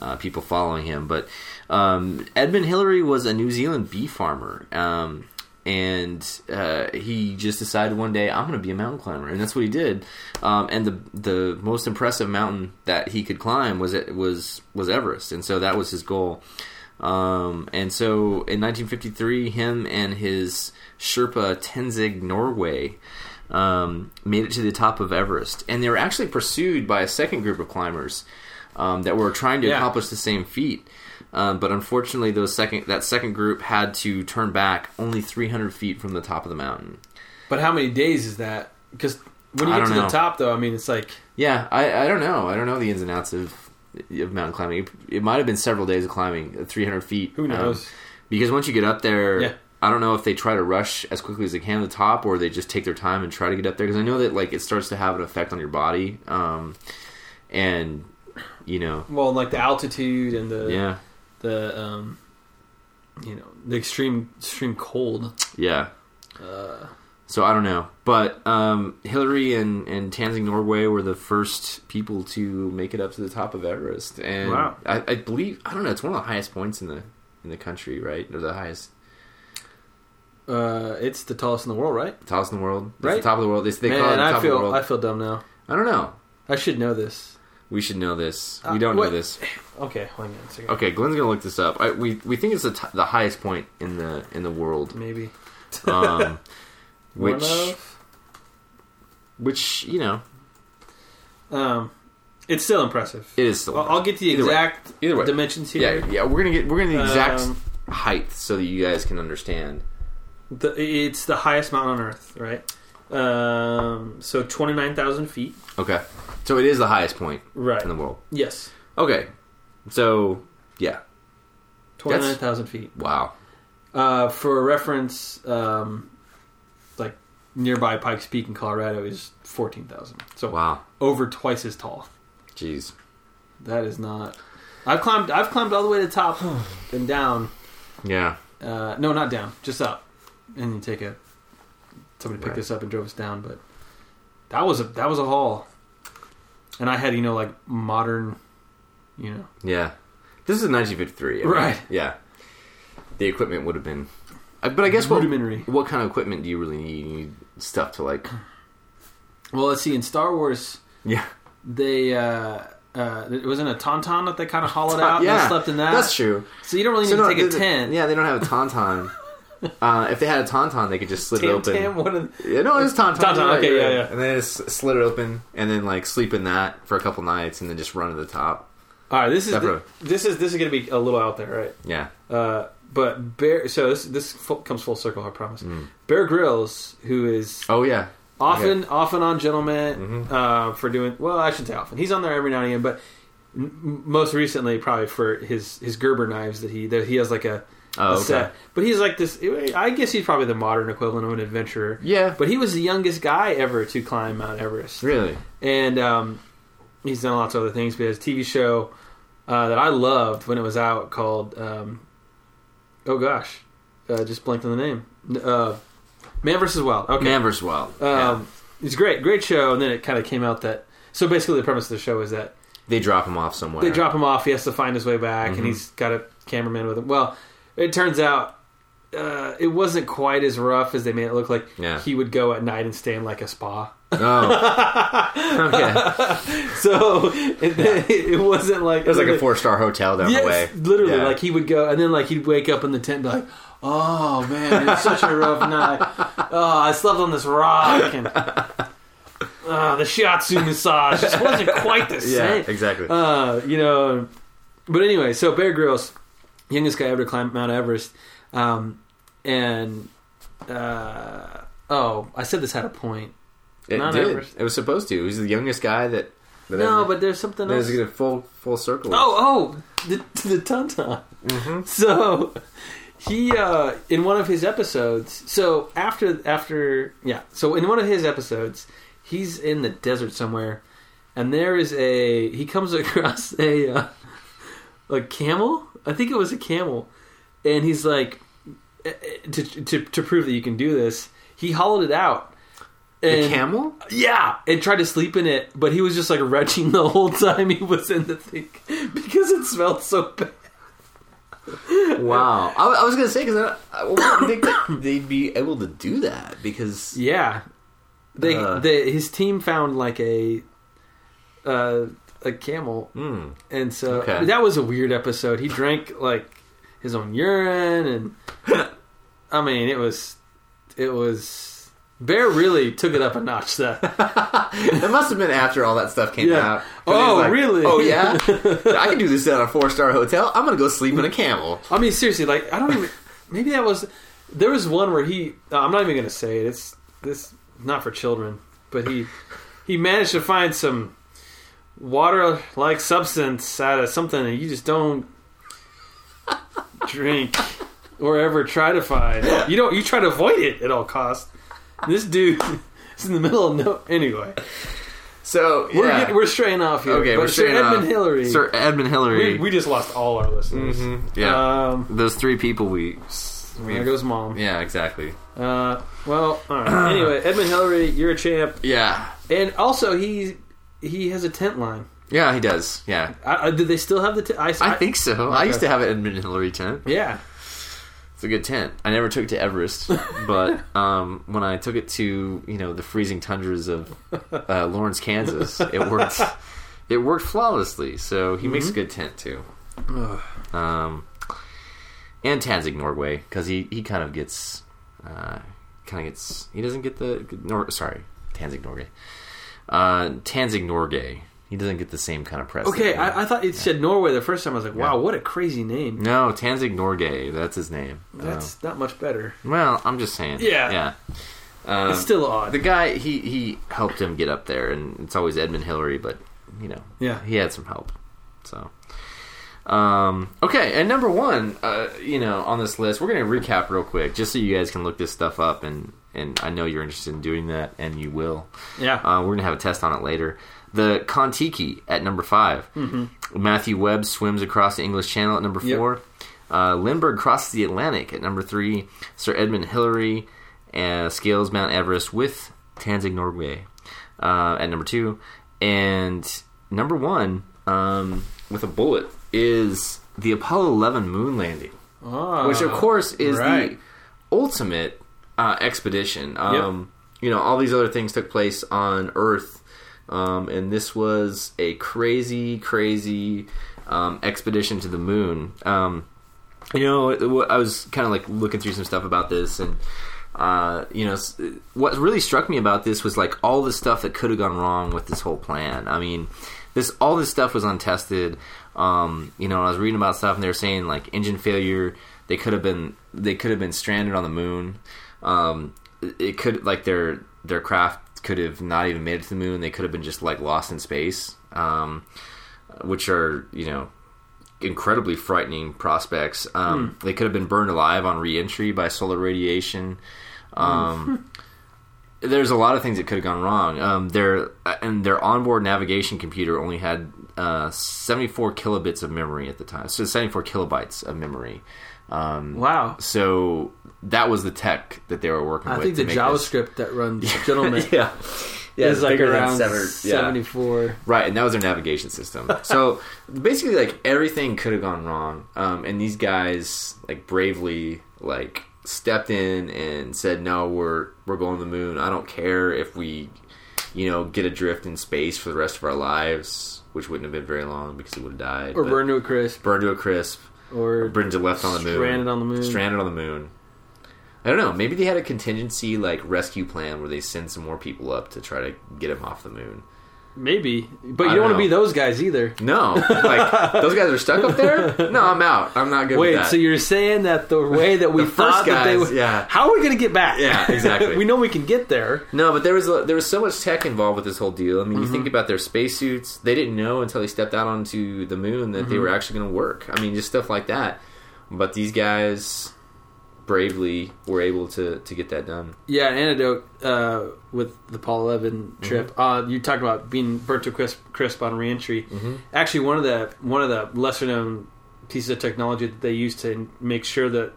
uh, people following him. But um, Edmund Hillary was a New Zealand bee farmer, um, and uh, he just decided one day I'm going to be a mountain climber, and that's what he did. Um, and the the most impressive mountain that he could climb was it was was Everest, and so that was his goal. Um, and so in 1953, him and his Sherpa Tenzing Norway um, made it to the top of Everest, and they were actually pursued by a second group of climbers um, that were trying to Yeah. accomplish the same feat. Um, but unfortunately, those second that second group had to turn back only 300 feet from the top of the mountain. But how many days is that? Because when you I get don't to the know. top, though, I mean, it's like Yeah, I, I don't know. I don't know the ins and outs of of mountain climbing. It, it might have been several days of climbing, uh, 300 feet. Who knows? because once you get up there, Yeah. I don't know if they try to rush as quickly as they can to the top, or they just take their time and try to get up there. Because I know that like it starts to have an effect on your body, um, and you know, Well, like the altitude and the yeah, the um, you know the extreme extreme cold. yeah. Uh. so I don't know, but um, Hillary and and Tanzing Norway were the first people to make it up to the top of Everest, and Wow. I, I believe I don't know. It's one of the highest points in the in the country, right? Or the highest Uh, it's the tallest in the world, right? tallest in the world, It's Right. the top of the world. They, they call it the Man, top I of the feel world. I feel dumb now. I don't know. I should know this. We should know this. Uh, we don't know what- this. Okay, hang on a second. Okay, Glenn's gonna look this up. I, we we think it's the, t- the highest point in the in the world, Maybe um, One which of? which you know um, it's still impressive. it is still. I'll, I'll get the Either way. exact Either way. dimensions here. yeah, yeah, we're gonna get we're gonna get the exact Um, height so that you guys can understand. The, it's the highest mountain on Earth, right? Um, so twenty nine thousand feet. Okay, so it is the highest point Right. in the world. Yes, Okay, so yeah, twenty nine thousand feet. wow, Uh, for reference, um, like nearby Pikes Peak in Colorado is fourteen thousand. So wow, over twice as tall. jeez, That is not. I've climbed. I've climbed all the way to the top and down. yeah, Uh, no, not down, just up. And you take a. Somebody picked Right. us up and drove us down, but that was a that was a haul. And I had you know like modern, you know. yeah. This is 1953, I mean, Right. Yeah, the equipment would have been. I- But I guess what Rudimentary. what kind of equipment do you really need? You need stuff to like, Well, let's see. In Star Wars, yeah, they uh, uh, it wasn't a tauntaun that they kind of hollowed out. and yeah. they slept in that. That's true. So you don't really need no, to take a they- they- tent. Yeah, they don't have a tauntaun. uh, if they had a tauntaun, they could just slit it Tam open. Tam, one of Yeah, no, it is tauntaun. Tauntaun, you're right, okay, you're yeah, right. yeah. And then just slit it open, and then like sleep in that for a couple nights, and then just run to the top. All right, this is Separate. this is this is going to be a little out there, right? Yeah, Uh, but Bear, so this this fu- comes full circle, I promise. Bear Grylls, who is Oh yeah. Mm-hmm. often often on Gentleman uh, for doing well, I should say often. He's on there every now and again, but m- most recently probably for his his Gerber knives that he that he has like a. Oh, a okay. set. But he's like this. I guess he's probably the modern equivalent of an adventurer. Yeah. But he was the youngest guy ever to climb Mount Everest Really? and um, he's done lots of other things. But he has a TV show uh, that I loved when it was out called um, Oh gosh, uh, just blanked on the name. N- Uh, Man versus Wild. Okay, Man vs. Wild. yeah. um, it's great, great show. And then it kind of came out that so basically the premise of the show is that They drop him off somewhere. they drop him off. He has to find his way back, Mm-hmm. and he's got a cameraman with him. Well, it turns out. Uh, it wasn't quite as rough as they made it look like. Yeah. He would go at night and stay in like a spa. Oh. okay. So and then it wasn't like It was like a four star hotel down Yes, the way. literally. Yeah. Like he would go, and then like he'd wake up in the tent, and be like, "Oh man, it's such a rough night. Oh, I slept on this rock, and uh, the shiatsu massage just wasn't quite the Yeah, same." exactly. Uh, you know, but anyway, so Bear Grylls, youngest guy ever to climb Mount Everest, um, and uh, oh, I said this had a point. it not did. Everest. It was supposed to. He's the youngest guy that. that No, ever- but there's something That else. was a full full circle. Oh, oh, the, the Tauntaun. Mm-hmm. So he uh, in one of his episodes. So after after yeah. So in one of his episodes, he's in the desert somewhere, and there is a he comes across a uh, a camel. I think it was a camel, and he's like eh, eh, to to to prove that you can do this. He hollowed it out. the And camel. yeah, and tried to sleep in it, but he was just like retching the whole time he was in the thing because it smelled so bad. Wow. I, I was gonna say because I, I wouldn't think that they'd be able to do that because Yeah, they, Uh. they his team found like a uh, a camel, Mm. and so Okay. that was a weird episode. He drank like his own urine, and I mean it was it was Bear really took it up a notch. That It must have been after all that stuff came Yeah. out. 'Cause he was Oh, really? Oh, yeah? I can do this at a four star hotel. I'm going to go sleep in a camel. I mean seriously, like I don't even maybe that was there was one where he uh, I'm not even gonna say it. It's this not for children, but he he managed to find some water like substance out of something and you just don't drink. or ever try to find. You don't. You try to avoid it at all costs. This dude is in the middle of no. Anyway, So we're yeah. getting, we're straying off here. okay. but We're Sir straight Edmund off. Hillary. Sir Edmund Hillary. Mm-hmm. we, we just lost all our listeners. yeah. Um, Those three people we. there goes mom. Yeah, exactly. Uh, well, all right. anyway, Edmund Hillary, you're a champ, Yeah. and also he he has a tent line. Yeah, he does. Yeah. I, I, do they still have the tent? I, I think so. I used to have an Edmund Hillary tent. Yeah. It's a good tent. I never took it to Everest, but um, when I took it to you know the freezing tundras of uh, Lawrence, Kansas, it worked. It worked flawlessly. So he Mm-hmm. makes a good tent too. Um, and Tanzig Norway because he, he kind of gets uh, kind of gets he doesn't get the nor, sorry Tanzig Norway uh, Tanzig Norway he doesn't get the same kind of press. that Okay, he- I, I thought it said Norway the first time. I was like, wow, what a crazy name. no Tanzig Norway that's his name. That's not much better. Uh, well, I'm just saying. Yeah. yeah. Um, It's still odd. the guy he he helped him get up there and it's always edmund hillary but you know Yeah. he had some help so um okay and number one uh you know on this list we're gonna recap real quick just so you guys can look this stuff up and and i know you're interested in doing that and you will Yeah. uh, we're gonna have a test on it later the Kontiki at number 5 Matthew Webb swims across the English Channel at number Mm-hmm. Yep. four. Uh, Lindbergh crosses the Atlantic at number three. Sir Edmund Hillary uh, scales Mount Everest with Tanzig Norway uh, at number two. And number one, um, with a bullet, is the Apollo 11 moon landing, which, of course, is Ah. right. the ultimate uh, expedition. Um, You know, all these other things took place on Earth. Um, and this was a crazy, crazy um, expedition to the moon. Um, you know it- wh- i was kind of like looking through some stuff about this and uh, you know s- what really struck me about this was like all the stuff that could have gone wrong with this whole plan i mean this all this stuff was untested um, you know i was reading about stuff and they were saying like engine failure they could have been they could have been stranded on the moon um, it could like their their craft could have not even made it to the moon they could have been just like lost in space um, which are you know incredibly frightening prospects. Um, Hmm. They could have been burned alive on reentry by solar radiation. Um, Hmm. there's a lot of things that could have gone wrong. Um, their and their onboard navigation computer only had uh, 74 kilobits of memory at the time, so 74 kilobytes of memory. Um, Wow. so that was the tech that they were working I with. think the to make this- JavaScript that runs Gentleman yeah, yeah, is like bigger than around severed- yeah. 74. Right, and that was their navigation system. so basically, like everything could have gone wrong, um, and these guys like bravely like stepped in and said, "No, we're we're going to the moon. I don't care if we, you know, get adrift in space for the rest of our lives, which wouldn't have been very long because we would have died, Or but burned to a crisp. burned to a crisp, Or burned to left on the moon, Stranded on the moon. stranded on the moon." I don't know. Maybe they had a contingency like rescue plan where they send some more people up to try to get him off the moon. maybe. But you I don't, don't want to know. be those guys either. No, like those guys are stuck up there. No, I'm out. I'm not good. with Wait, that. so you're saying that the way that we The thought first that they guys, would. yeah. How are we going to get back? Yeah, exactly. we know we can get there. no, but there was a, there was so much tech involved with this whole deal. I mean, you think Mm-hmm. about their spacesuits; they didn't know until they stepped out onto the moon that Mm-hmm. they were actually going to work. I mean, just stuff like that. But these guys bravely were able to to get that done. Yeah, antidote uh, with the Paul Levin Mm-hmm. trip. Uh, you talked about being burnt to crisp, crisp on reentry. Mm-hmm. Actually, one of the one of the lesser known pieces of technology that they used to make sure that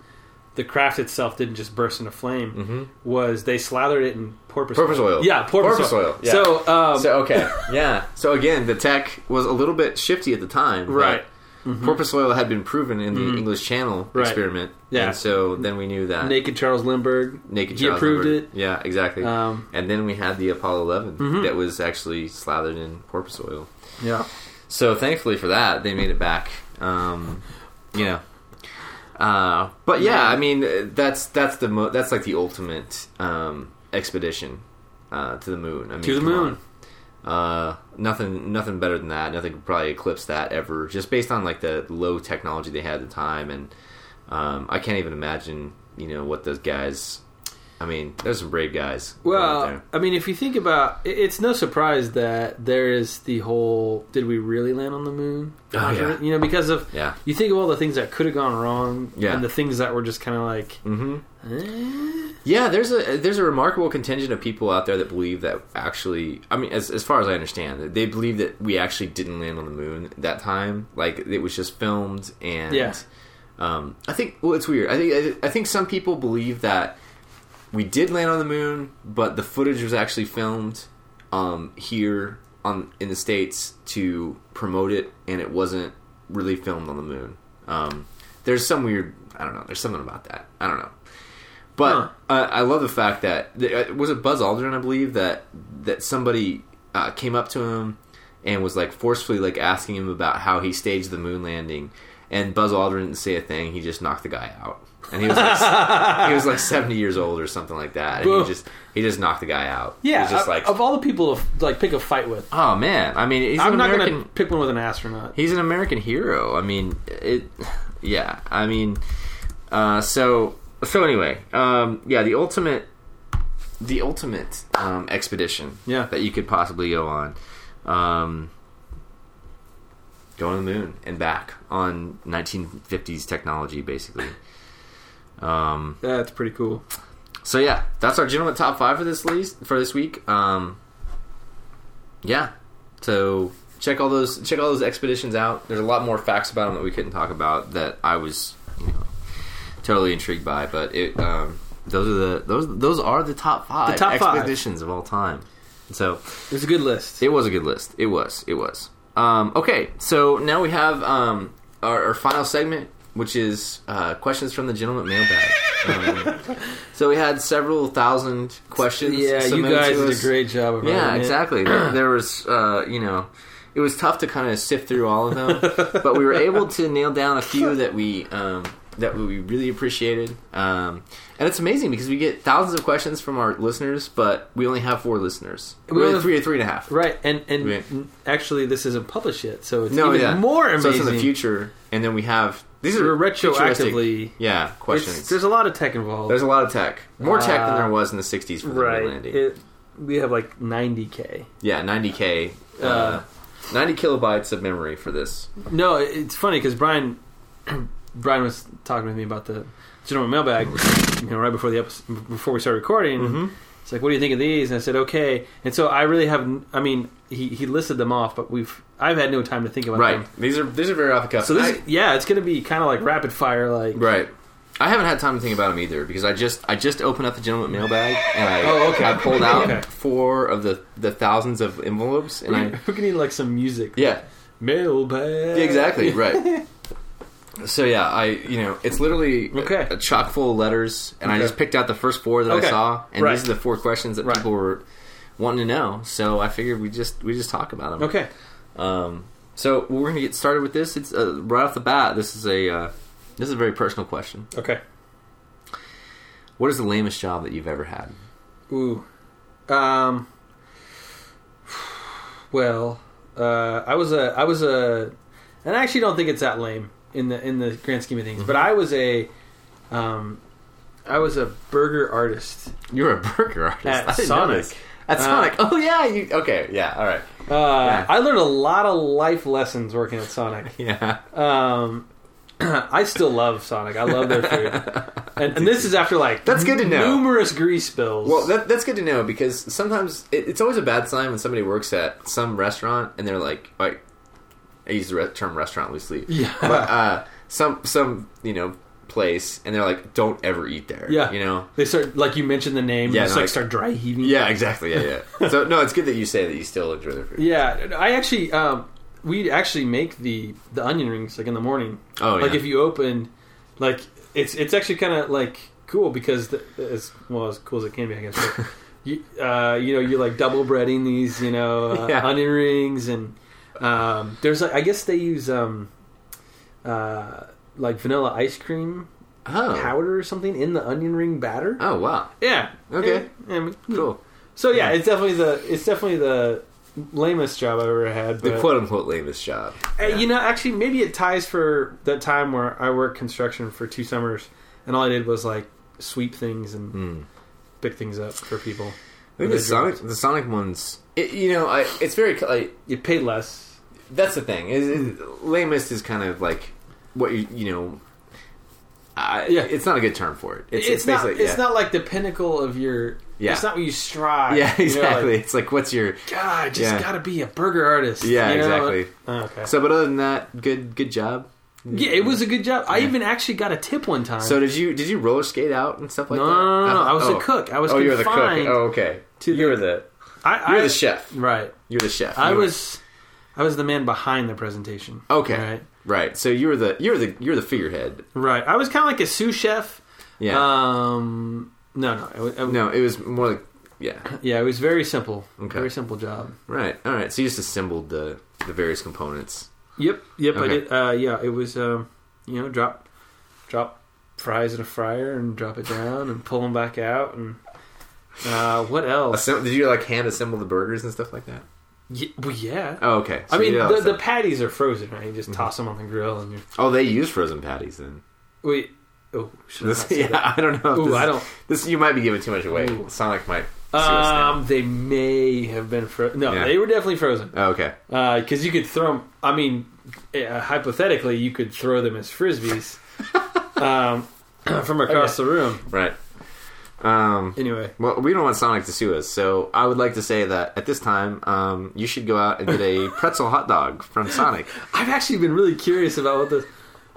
the craft itself didn't just burst into flame was they slathered it in porpoise Mm-hmm. Porpoise oil. Yeah, porpoise, Porpoise oil. oil, yeah. So, um, So okay, yeah. So again, the tech was a little bit shifty at the time, but Right. Mm-hmm. Porpoise oil had been proven in the English Channel Right. experiment, Yeah. and so then we knew that naked Charles Lindbergh. Naked He Charles approved Lindbergh. it. Yeah, exactly. Um, mm-hmm. and then we had the Apollo 11 that was actually slathered in porpoise oil. Yeah. So thankfully for that, they made it back. Um, you know. Uh, but yeah, I mean uh, that's that's the mo- that's like the ultimate um, expedition uh, to the moon. I mean, To the come moon. on. Uh, nothing nothing better than that. Nothing could probably eclipse that ever. Just based on like the low technology they had at the time, and um, I can't even imagine you know what those guys I mean, there's some brave guys. out Well, there. I mean, if you think about, it, it's no surprise that there is the whole "Did we really land on the moon?" Oh, yeah. You know, because of Yeah. you think of all the things that could have gone wrong, Yeah. Mhm. and the things that were just kind of like, yeah, there's a there's a remarkable contingent of people out there that believe that actually, I mean, as as far as I understand, that they believe that we actually didn't land on the moon that time. Like it was just filmed, and Yeah. um, I think well, it's weird. I think I think some people believe that we did land on the moon, but the footage was actually filmed um, here on in the states to promote it, and it wasn't really filmed on the moon. Um, there's some weird, I don't know. There's something about that. I don't know. But Huh. uh, I love the fact that th- uh, was it Buzz Aldrin, I believe that that somebody uh, came up to him and was like forcefully like asking him about how he staged the moon landing, and Buzz Aldrin didn't say a thing. He just knocked the guy out, and he was like, s- he was like seventy years old or something like that, and Whoa. he just he just knocked the guy out. yeah, he was just of, like, of all the people to like pick a fight with, oh man, I mean, he's I'm an not American. gonna pick one with an astronaut. He's an American hero. I mean, it. Yeah, I mean, uh, so so anyway, um, yeah, the ultimate, the ultimate um, expedition, Yeah. that you could possibly go on, um, going to the moon and back on 1950s technology, basically. Um, That's pretty cool. So yeah, that's our gentleman top five for this least for this week. Um, yeah, so check all those check all those expeditions out. There's a lot more facts about them that we couldn't talk about that I was you know, totally intrigued by. But it um, those are the those those are the top five The top five. expeditions of all time. So It was a good list. it was a good list. It was. It was. Um, okay, so now we have um, our, our final segment, which is uh, questions from the gentleman mailbag. Um, so we had several thousand questions. yeah, you submitted guys to did a us. great job. Of Yeah, writing it. exactly. there, there was, uh, you know, it was tough to kind of sift through all of them, but we were able to nail down a few that we um, that we really appreciated. Um, and it's amazing because we get thousands of questions from our listeners, but we only have four listeners. We We only only- three or three and a half. Right, and and Right. actually, this isn't published yet, so it's even more So amazing. it's in the future, and then we have these are We're futuristic- retroactively- yeah It's- questions. there's, there's a lot of tech involved. a, lot of tech, more tech than Uh, there was in the '60s for the moon landing. It, we have like 90k. yeah, 90k, uh, 90 kilobytes of memory for this. No, it- it's funny because Brian, Brian was talking with me about the general mailbag, you know, right before the episode, before we started recording. Mm-hmm. It's like, what do you think of these? And I said, okay. And so I really have, not I mean, he, he listed them off, but we've I've had no time to think about Right, them. these are these are very off the cuff. So this, I- is- yeah, it's gonna be kind of like rapid fire, like right. I haven't had time to think about them either because I just I just opened up the gentleman mailbag and I Oh, okay. I pulled out Okay. four of the the thousands of envelopes and I we can need like some music, yeah mailbag, Yeah, exactly right so yeah i you know it's literally Okay. a, a chock full of letters and i Okay. just picked out the first four that Okay. i saw and Right. these are the four questions that Right. people were wanting to know so i figured we just we just talk about them Okay, um, so we're gonna get started with this it's uh, right off the bat this is a uh, this is a very personal question okay. what is the lamest job that you've ever had Ooh. Um. Well, uh, I was a, I was a, and I actually don't think it's that lame in the in the grand scheme of things. Mm-hmm. But I was a, um, I was a burger artist. you're a burger artist At I didn't know Sonic. this. at Uh, sonic oh yeah you okay yeah all right Uh, I learned a lot of life lessons working at Sonic. yeah Um, I still love Sonic. I love their food, and, and this is after like That's good to know. Numerous grease spills. Well, that, that's good to know because sometimes it, it's always a bad sign when somebody works at some restaurant and they're like, like I use the re- term restaurant loosely, Yeah. but uh, some some you know place and they're like, don't ever eat there, yeah, you know, they start like you mentioned the name. Yeah, Yeah, they no, like, like- start dry heaving. yeah, exactly, yeah, yeah. so no, it's good that you say that you still enjoy their food. Yeah, I actually um, we actually make the the onion rings like in the morning. Oh, like yeah. if you open, like it's it's actually kind of like cool because the, as well as cool as it can be, I guess. But you uh, you know you're like double breading these you know uh, Yeah. onion rings and um, there's like I guess they use um uh like vanilla ice cream Oh, powder or something in the onion ring batter. oh wow, Yeah. Okay. Yeah, yeah, cool. So yeah, it's definitely the it's definitely the lamest job I've ever had. The but- quote unquote lamest job. uh, You know, actually, maybe it ties for that time where I worked construction for two summers, and all I did was like sweep things and pick things up for people. Hmm. I think the Sonic, the Sonic ones. It, you know, I, it's very like You pay less. that's the thing. Is it, lamest is kind of like what you you know. I, Yeah. it's not a good term for it. It's, It's, it's, not. basically It's yeah. not like the pinnacle of your. Yeah. It's not what you strive. Yeah, you know, like, exactly. it's like what's your God, I just Yeah. gotta be a burger artist. Yeah, you know? exactly. Oh, okay. So, but other than that, good good job. yeah, it was a good job. I even actually got a tip one time. So did you did you roller skate out and stuff like No, that? no, no, no, Uh, I was a oh. cook. I was oh, you were the cook. confined Oh, okay. to you the- were the I, I, you were the chef. Right. You're the chef. I You were- was. I was the man behind the presentation. okay. Right. Right. So you were the you're the you're the figurehead. Right. I was kind of like a sous chef. Uh, Yeah. Um. No, no. I w- I w- no, it was more like yeah. Yeah, it was very simple. Okay. Very simple job. Right. All right. So you just assembled the the various components. Yep. Yep. I Okay. did. Uh, yeah. It was. Um, you know, drop, drop fries in a fryer and drop it down and pull them back out and. Uh, what else? Assemb- did you like hand assemble the burgers and stuff like that? Ye- well, yeah. Oh, okay. So Mm-hmm. I mean, you did all the, that the stuff. patties are frozen, right? You just toss them on the grill and you're. oh, they use frozen patties then. Wait. Oh, should I not This, say yeah, that? I don't know. if Ooh, this, I don't- This you might be giving too much away. Ooh. Sonic might. sue us now. Um, they may have been frozen. No, Yeah. they were definitely frozen. Oh, okay. Because Uh, you could throw them. I mean, uh, hypothetically, you could throw them as frisbees um, from across the room. Right. Um, Anyway, well, we don't want Sonic to sue us, so I would like to say that at this time, um, you should go out and get a pretzel hot dog from Sonic. I've actually been really curious about what those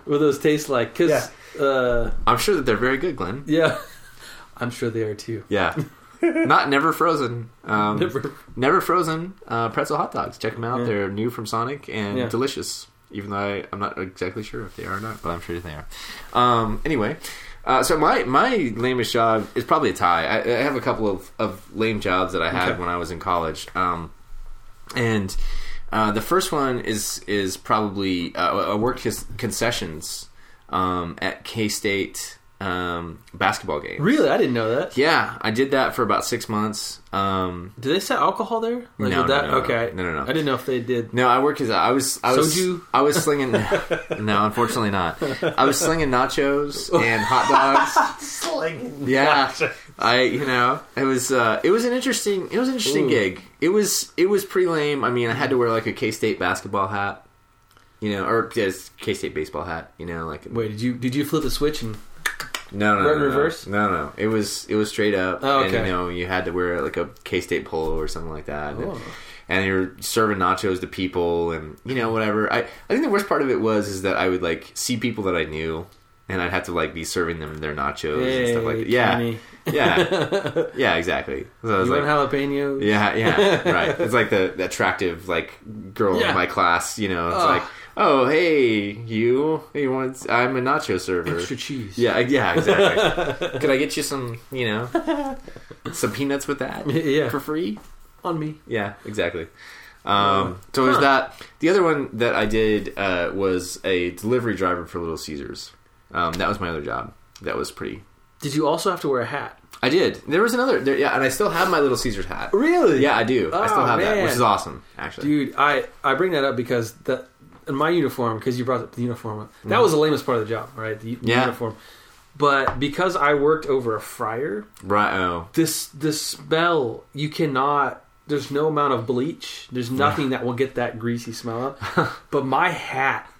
what those taste like. Because yeah. Uh, I'm sure that they're very good, Glenn. yeah, I'm sure they are too. Yeah. Not never frozen. Um, Never- Never frozen uh, pretzel hot dogs. Check them out. Yeah. They're new from Sonic and Yeah. delicious. Even though I, I'm not exactly sure if they are or not, but I'm sure they are. Um, anyway, uh, so my my lamest job is probably a tie. I, I have a couple of, of lame jobs that I had Okay. when I was in college. Um, and uh, the first one is is probably uh, I worked as concessions um, at K State um, basketball games. Really, I didn't know that. Yeah, I did that for about six months. Um, Do they sell alcohol there? No, Like, no, did that? no, no. okay, No, no, no. I didn't know if they did. no, I worked as I was I was Soju? I was slinging. no, unfortunately not. I was slinging nachos and hot dogs. slinging. Yeah, I you know it was uh, it was an interesting it was an interesting Ooh. gig. It was it was pretty lame. I mean, I had to wear like a K State basketball hat, you know, or just K State baseball hat, you know, like Wait, did you did you flip the switch and No, no, Right no, no. reverse? No, no. It was it was straight up. Oh, And okay. you know, you had to wear like a K State polo or something like that. And, Oh. and you're serving nachos to people, and you know whatever. I I think the worst part of it was is that I would like see people that I knew, and I'd have to like be serving them their nachos and stuff like Hey, that. Yeah, Kenny. yeah, yeah, exactly. So I was You like, want jalapenos? yeah, yeah, right. It's like the, the attractive like girl Yeah. in my class. You know, it's Ugh. like, oh hey, you, you want? I'm a nacho server. Extra cheese. Yeah, yeah, exactly. Could I get you some, you know, some peanuts with that? Yeah. for free. on me. Yeah, exactly. Um, so there's that. The other one that I did uh, was a delivery driver for Little Caesars. Um, that was my other job. That was pretty. Did you also have to wear a hat? I did. There was another. There, yeah, and I still have my Little Caesars hat. Really? Yeah, I do. I still Oh, have that, which man. is awesome. Actually, Dude, I I bring that up because that in my uniform because you brought up the uniform up. That was the lamest part of the job, right? The, u- Mm. Yeah. uniform. But because I worked over a fryer, right? Oh, this the smell you cannot. There's no amount of bleach. There's nothing that will get that greasy smell out. but my hat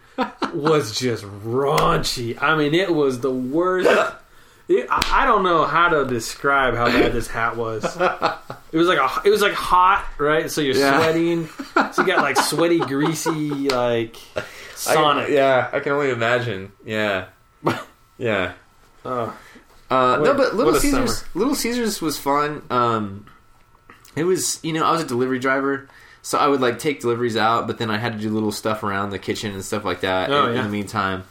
was just raunchy. I mean, it was the worst. It, I I don't know how to describe how bad this hat was. It was like a, it was like hot, right? So you're Yeah. sweating, so you got like sweaty, greasy, like Sonic. yeah, I can only imagine. Yeah, yeah. Oh. Uh, What no, a- but Little what a Caesars, summer. Little Caesars was fun. Um, it was, you know, I was a delivery driver, so I would like take deliveries out, but then I had to do little stuff around the kitchen and stuff like that Oh, in, in yeah. the meantime.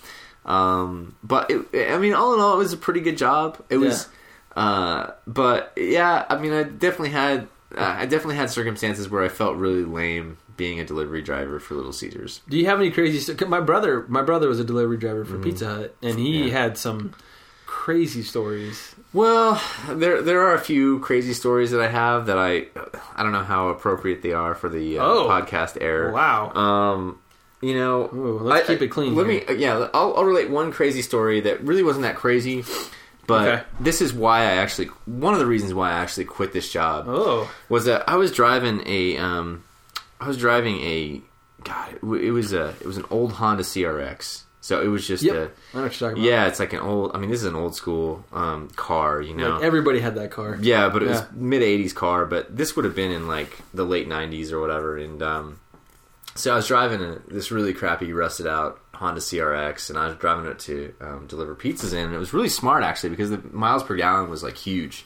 Um, but it, I mean, all in all, it was a pretty good job. It was, uh, but yeah, I mean, I definitely had, uh, I definitely had circumstances where I felt really lame being a delivery driver for Little Caesars. Do you have any crazy sto- 'cause My brother, my brother was a delivery driver Mm. for Pizza Hut, and he had some crazy stories. Well, there there are a few crazy stories that I have that I I don't know how appropriate they are for the uh, Oh. podcast air. Wow. Um, you know, Ooh, let's I- keep it clean Let here. me, yeah, I'll, I'll relate one crazy story that really wasn't that crazy. But Okay. this is why I actually one of the reasons why I actually quit this job Oh, was that I was driving a um, I was driving a God, it, w- it was a it was an old Honda CRX. So it was just Yep. I a know what you're talking about. yeah, it's like an old. I mean, this is an old school um, car, you know. Like, everybody had that car. Yeah, but it Yeah. was mid '80s car. But this would have been in like the late '90s or whatever. And um, so I was driving a, this really crappy, rusted out Honda CRX, and I was driving it to um, deliver pizzas in. And it was really smart actually because the miles per gallon was like huge.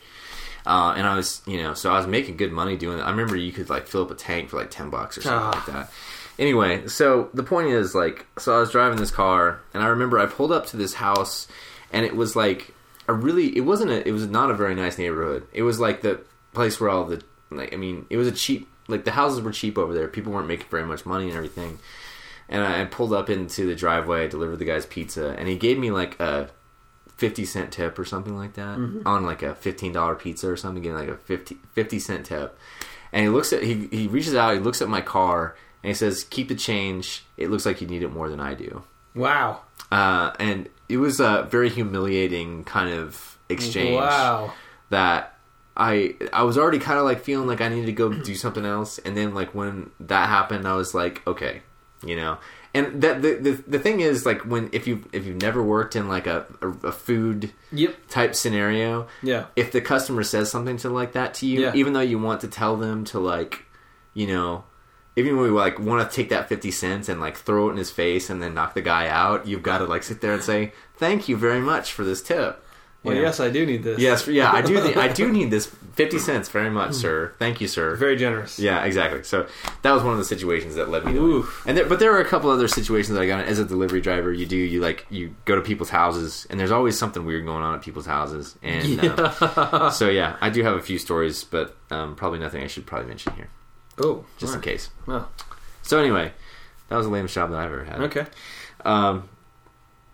Uh, and I was, you know, so I was making good money doing that. I remember you could like fill up a tank for like ten bucks or something Ah. like that. Anyway, so the point is like, so I was driving this car, and I remember I pulled up to this house, and it was like a really, it wasn't a, it was not a very nice neighborhood. It was like the place where all the, like, I mean, it was a cheap, like the houses were cheap over there. People weren't making very much money and everything. And I I pulled up into the driveway, delivered the guy's pizza, and he gave me like a 50 cent tip or something like that on like a $15 pizza or something getting like a 50, 50 cent tip and he looks at he, he reaches out he looks at my car and he says keep the change it looks like you need it more than i do Wow. uh, and it was a very humiliating kind of exchange Wow. that I I was already kind of like feeling like I needed to go do something else, and then like when that happened, I was like, okay, you know. And that the, the the thing is like when if you if you've never worked in like a a, a food Yep. type scenario, Yeah. If the customer says something to like that to you, Yeah. even though you want to tell them to like, you know. Even when we like want to take that fifty cents and like throw it in his face and then knock the guy out, you've got to like sit there and say thank you very much for this tip. Well, You know? yes, I do need this. Yes, yeah, I do. Th- I do need this fifty cents very Hmm. much, sir. Thank you, sir. Very generous. yeah, exactly. So that was one of the situations that led me. To Oof. And there, but there were a couple other situations that I got in. as a delivery driver. You do you like you go to people's houses, and there's always something weird going on at people's houses. And um, so yeah, I do have a few stories, but um, probably nothing I should probably mention here, Oh, just in case. Well, So anyway, that was the lamest job that I've ever had. okay. Um,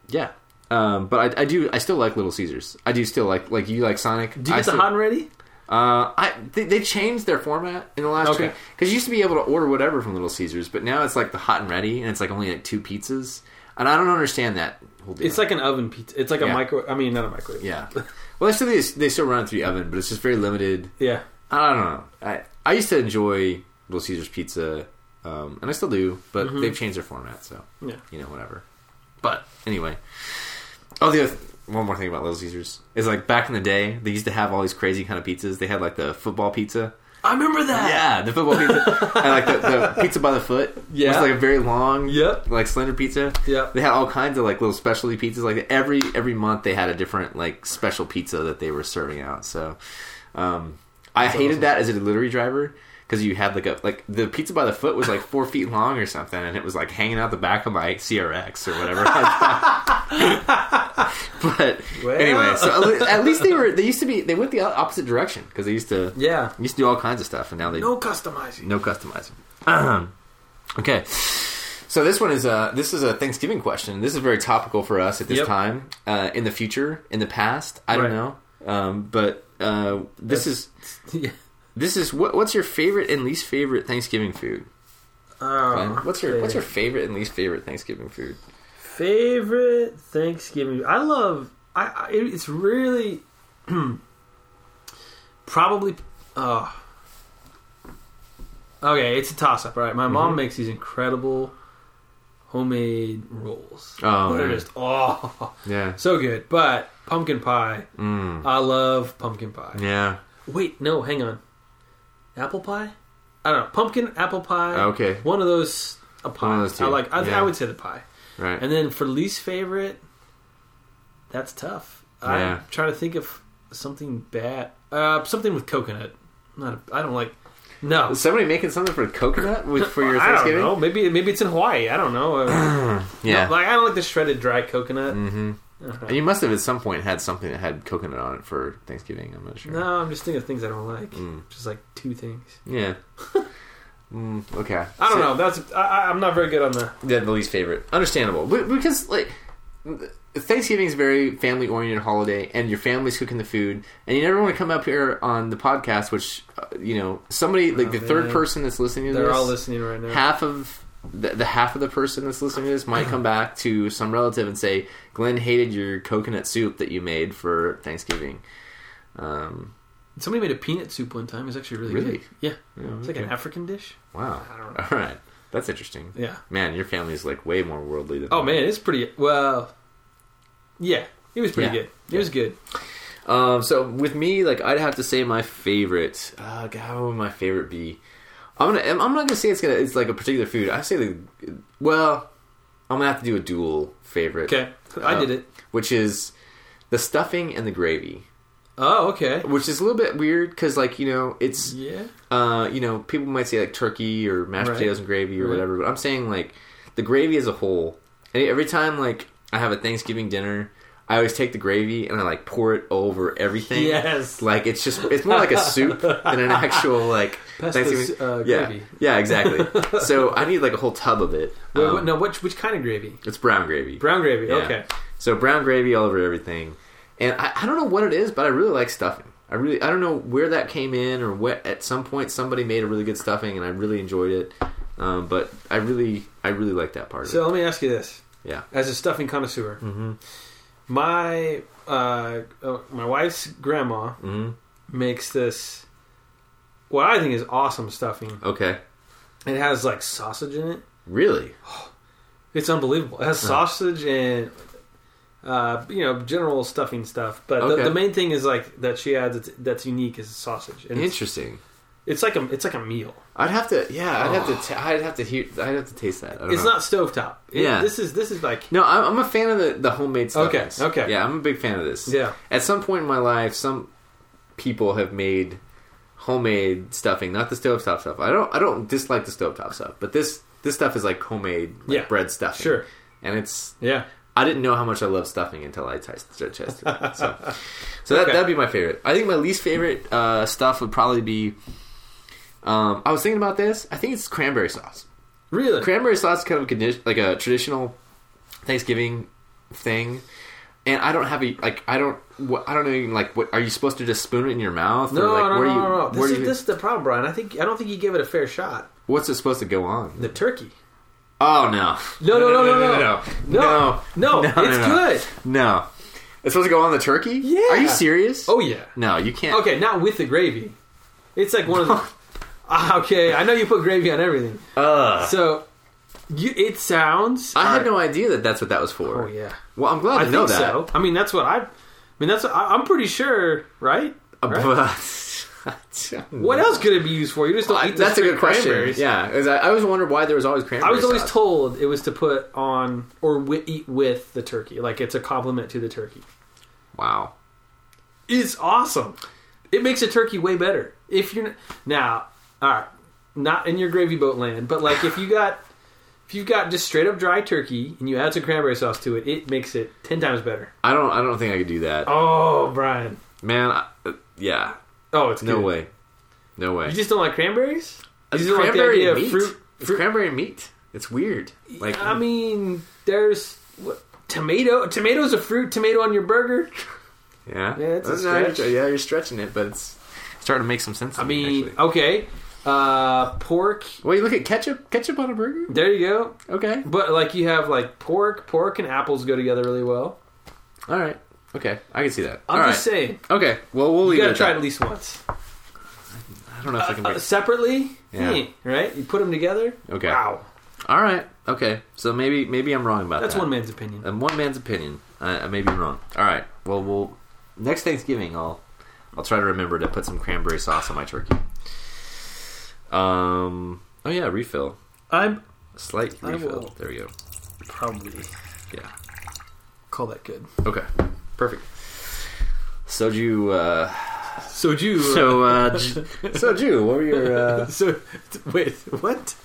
yeah. Um, but I, I do. I still like Little Caesars. I do still like like you like Sonic. Do you I get the still- hot and ready? uh, I they, they changed their format in the last Okay. because you used to be able to order whatever from Little Caesars, but now it's like the hot and ready, and it's like only like two pizzas, and I don't understand that whole deal. It's like an oven pizza. It's like a Yeah. micro. I mean, not a microwave. yeah, well, they still they still run it through the oven, but it's just very limited. Yeah. I don't know. I I used to enjoy Little Caesars pizza, um, and I still do, but they've changed their format, so Mm-hmm. Yeah. you know whatever. But anyway, oh the other, one more thing about Little Caesars is like back in the day they used to have all these crazy kind of pizzas. They had like the football pizza. I remember that. Yeah, the football pizza. and like the, the pizza by the foot. Yeah. It's like a very long, Yep. like slender pizza. Yep. They had all kinds of like little specialty pizzas. Like every every month they had a different like special pizza that they were serving out. So um I hated that as a delivery driver because you had like a like the pizza by the foot was like four feet long or something and it was like hanging out the back of my CRX or whatever. but Well. anyway, so at le- at least they were they used to be they went the o- opposite direction because they used to Yeah. used to do all kinds of stuff and now they No customizing. no customizing. okay. So this one is a this is a Thanksgiving question. This is very topical for us at this Yep. time. Uh, in the future, in the past, I don't Right. know. Um, but uh, this is yeah. this is what, what's your favorite and least favorite Thanksgiving food? Ben? Um, what's your what's your favorite and least favorite Thanksgiving food? favorite Thanksgiving? I love. I, I it- it's really probably. Oh. Okay, it's a toss up. Right, my Mm-hmm. mom makes these incredible homemade rolls. Oh, they're yeah. just oh Yeah, so good. But pumpkin pie, I love pumpkin pie. Mm. yeah. Wait, no, hang on. Apple pie? I don't know. Pumpkin, apple pie. Okay. One of those. A pie. One of those two. I like. I, Yeah. I would say the pie. Right. And then for least favorite, that's tough. Yeah. I'm trying to think of something bad. Uh, something with coconut. Not. A, I don't like. No. Is somebody making something for coconut with, for your I don't Thanksgiving? know. Maybe maybe it's in Hawaii. I don't know. Uh, Yeah, Like I don't like the shredded dry coconut. Mm-hmm. you must have at some point had something that had coconut on it for Thanksgiving. I'm not sure. No, I'm just thinking of things I don't like. Mm. Just like two things. Yeah. mm, okay. I don't So- know. That's I, I, I'm not very good on the. Yeah, the least favorite. Understandable. But- Because, like, Thanksgiving is a very family oriented holiday, and your family's cooking the food, and you never want to come up here on the podcast, which, uh, you know, somebody, like the third man. person that's listening to They're this, all listening right now. half of the, the half of the person that's listening to this might come back to some relative and say, "Glenn hated your coconut soup that you made for Thanksgiving." Um, Somebody made a peanut soup one time. It was actually really, Really? good. Yeah. Yeah, It's like an okay. African dish. wow. I don't know. All right, that's interesting. Yeah. Man, your family is like way more worldly than. Oh mine. man, it's pretty well. Yeah, it was pretty Yeah. good. It was good. Um, so with me, like I'd have to say my favorite. Uh, God, what would my favorite be? I'm gonna. I'm I'm not gonna say it's gonna. It's like a particular food. I say the. Well, I'm gonna have to do a dual favorite. Okay, I Uh, did it. Which is the stuffing and the gravy, Oh, okay. which is a little bit weird because, like, you know, it's Yeah. uh, you know, people might say like turkey or mashed Right. potatoes and gravy or Right. whatever, but I'm saying like the gravy as a whole. And every time like I have a Thanksgiving dinner, I always take the gravy and I like pour it over everything. Yes. like it's just it's more like a soup than an actual like Pesto s- uh, yeah, gravy. yeah, exactly. so I need like a whole tub of it. Wait, Um, what- no, which which kind of gravy? it's brown gravy. Brown gravy. Yeah. Okay. So brown gravy all over everything, and I, I don't know what it is, but I really like stuffing. I really I don't know where that came in or what. At some point, somebody made a really good stuffing, and I really enjoyed it. Um, but I really I really like that part. So of let me ask you this: it. yeah, as a stuffing connoisseur, my uh, uh, my wife's grandma makes this what I think is awesome stuffing. okay, It has like sausage in it. really, It's unbelievable. It has sausage and uh, you know general stuffing stuff, but Okay. the, the main thing is like that she adds that's, that's unique is sausage. And it's, interesting. it's like a it's like a meal. I'd have to yeah I'd have to t- I'd have to hear I'd have to taste that. I don't Oh. It's know. not stovetop. It- Yeah. this is this is like No, I'm I'm a fan of the, the homemade stuff. Okay, okay. Yeah, I'm a big fan of this. Yeah. At some point in my life, some people have made homemade stuffing, not the stovetop stuff. I don't I don't dislike the stovetop stuff, but this this stuff is like homemade like Yeah, bread stuffing. sure. And it's yeah. I didn't know how much I love stuffing until I t- started testing it. So, so that Okay. that'd be my favorite. I think my least favorite uh, stuff would probably be. Um, I was thinking about this. I think it's cranberry sauce Really? cranberry sauce is kind of a condi- like a traditional Thanksgiving thing, and I don't have a like I don't what, I don't know even like what are you supposed to just spoon it in your mouth no, or like no, where no, you, no, no, no. where This is, you- this is the problem, Brian. I think I don't think you gave it a fair shot. what's it supposed to go on? The turkey. Oh no. No, no, no, no, no, no, no, no, no, it's no. good. No, it's supposed to go on the turkey. Yeah. Are you serious? Oh yeah. No, you can't. Okay, not with the gravy. It's like one of the. Ah, okay, I know you put gravy on everything. Ugh. So, you, it sounds. I had no idea that that's what that was for. Oh yeah, Well, I'm glad I to know think that. so. I mean, that's what I. I mean, that's. I, I'm pretty sure, right? right? Uh, But- What else could it be used for? You just don't I- eat. the that's a straight good question. cranberries. Yeah, 'cause I, I always wondered why there was always I cranberry. was always sauce. told it was to put on or wi- eat with the turkey, like it's a compliment to the turkey. Wow. It's awesome. It makes a turkey way better. If you're n- now, all right, not in your gravy boat land, but like if you got if you've got just straight up dry turkey and you add some cranberry sauce to it, it makes it ten times better. I don't. I don't think I could do that, Oh, Brian. man. I, uh, yeah, Oh, it's no good. way, no way. You just don't like cranberries? You it's just don't like the Uh, cranberry idea and of meat. fruit. It's cranberry and meat. It's weird. Like I mean, there's what, tomato. Tomato's a fruit. Tomato on your burger. yeah, yeah, it's a Uh, no, you're- stretch. yeah, you're stretching it, but it's starting to make some sense. I mean, actually. oh. okay, uh, pork. wait, look at ketchup. Ketchup on a burger. There you go. Okay, But like you have like pork, pork and apples go together really well. all right. Okay, I can see that. I'm All just right. saying, Okay, well we'll you leave it. gotta at try it that. at least once. I don't know if I can Uh, make. separately, Yeah. eh, right? You put them together. Okay. Wow, All right. Okay. So maybe maybe I'm wrong about that's that. one man's opinion. And one man's opinion. I, I may be wrong. All right. Well, we'll next Thanksgiving, I'll I'll try to remember to put some cranberry sauce on my turkey. Um. Oh yeah, refill. I'm Slight I refill. will. There we go. probably Yeah. call that good. Okay. Perfect. Soju. Uh, Soju. so uh, j- soju. What were your? Uh, so wait, what?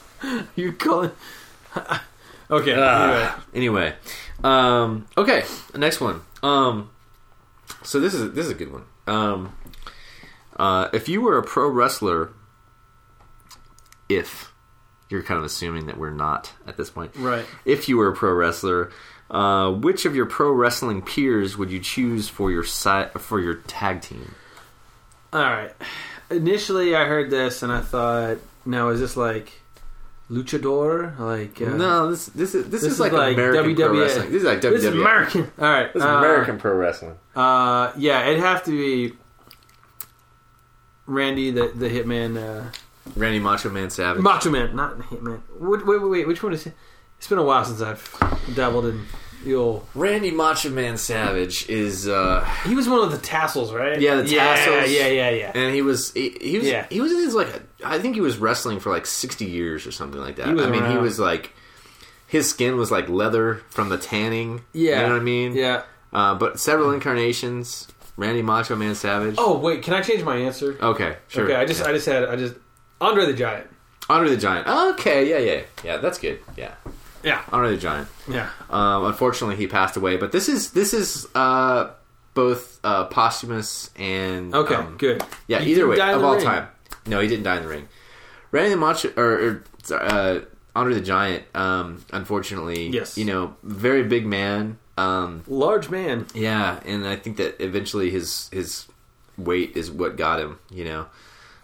You're calling? okay. anyway. Ah, anyway, um, okay, next one. Um, so this is this is a good one. Um, uh, if you were a pro wrestler, if you're kind of assuming that we're not at this point, Right. If you were a pro wrestler, uh, which of your pro wrestling peers would you choose for your si- for your tag team? All right. Initially, I heard this and I thought, now is this like luchador, like uh, No, this this is this, This is, like, American pro wrestling. This is like E. WWF. This is American. All right, This is uh, American pro wrestling. Uh, yeah, it'd have to be Randy the the Hitman, uh, Randy Macho Man Savage. Macho Man, not Hitman. Wait, wait, wait, wait, which one is it? It's been a while since I've dabbled in the old. Randy Macho Man Savage is uh He was one of the tassels, right? Yeah, the tassels. Yeah, yeah, yeah. and he was he, he was Yeah. he was in his like a, I think he was wrestling for like 60 years or something like that. He was I mean, he around. was like his skin was like leather from the tanning. yeah. You know what I mean? Yeah. Uh, but several incarnations, Randy Macho Man Savage. Oh wait, can I change my answer? Okay, sure. Okay, I just I just had I just Andre the Giant. Honor the Giant. Okay, yeah, yeah, yeah. That's good. Yeah, Yeah, Honor the Giant. yeah. Um, unfortunately, he passed away. But this is this is uh, both uh, posthumous and Okay, um, good. Yeah, He either didn't way, die in of the all ring. time. No, he didn't die in the ring. Randy the Macho or, or sorry, uh, Honor the Giant. Um, unfortunately, Yes. you know, very big man. Um, Large man. yeah, and I think that eventually his his weight is what got him. You know.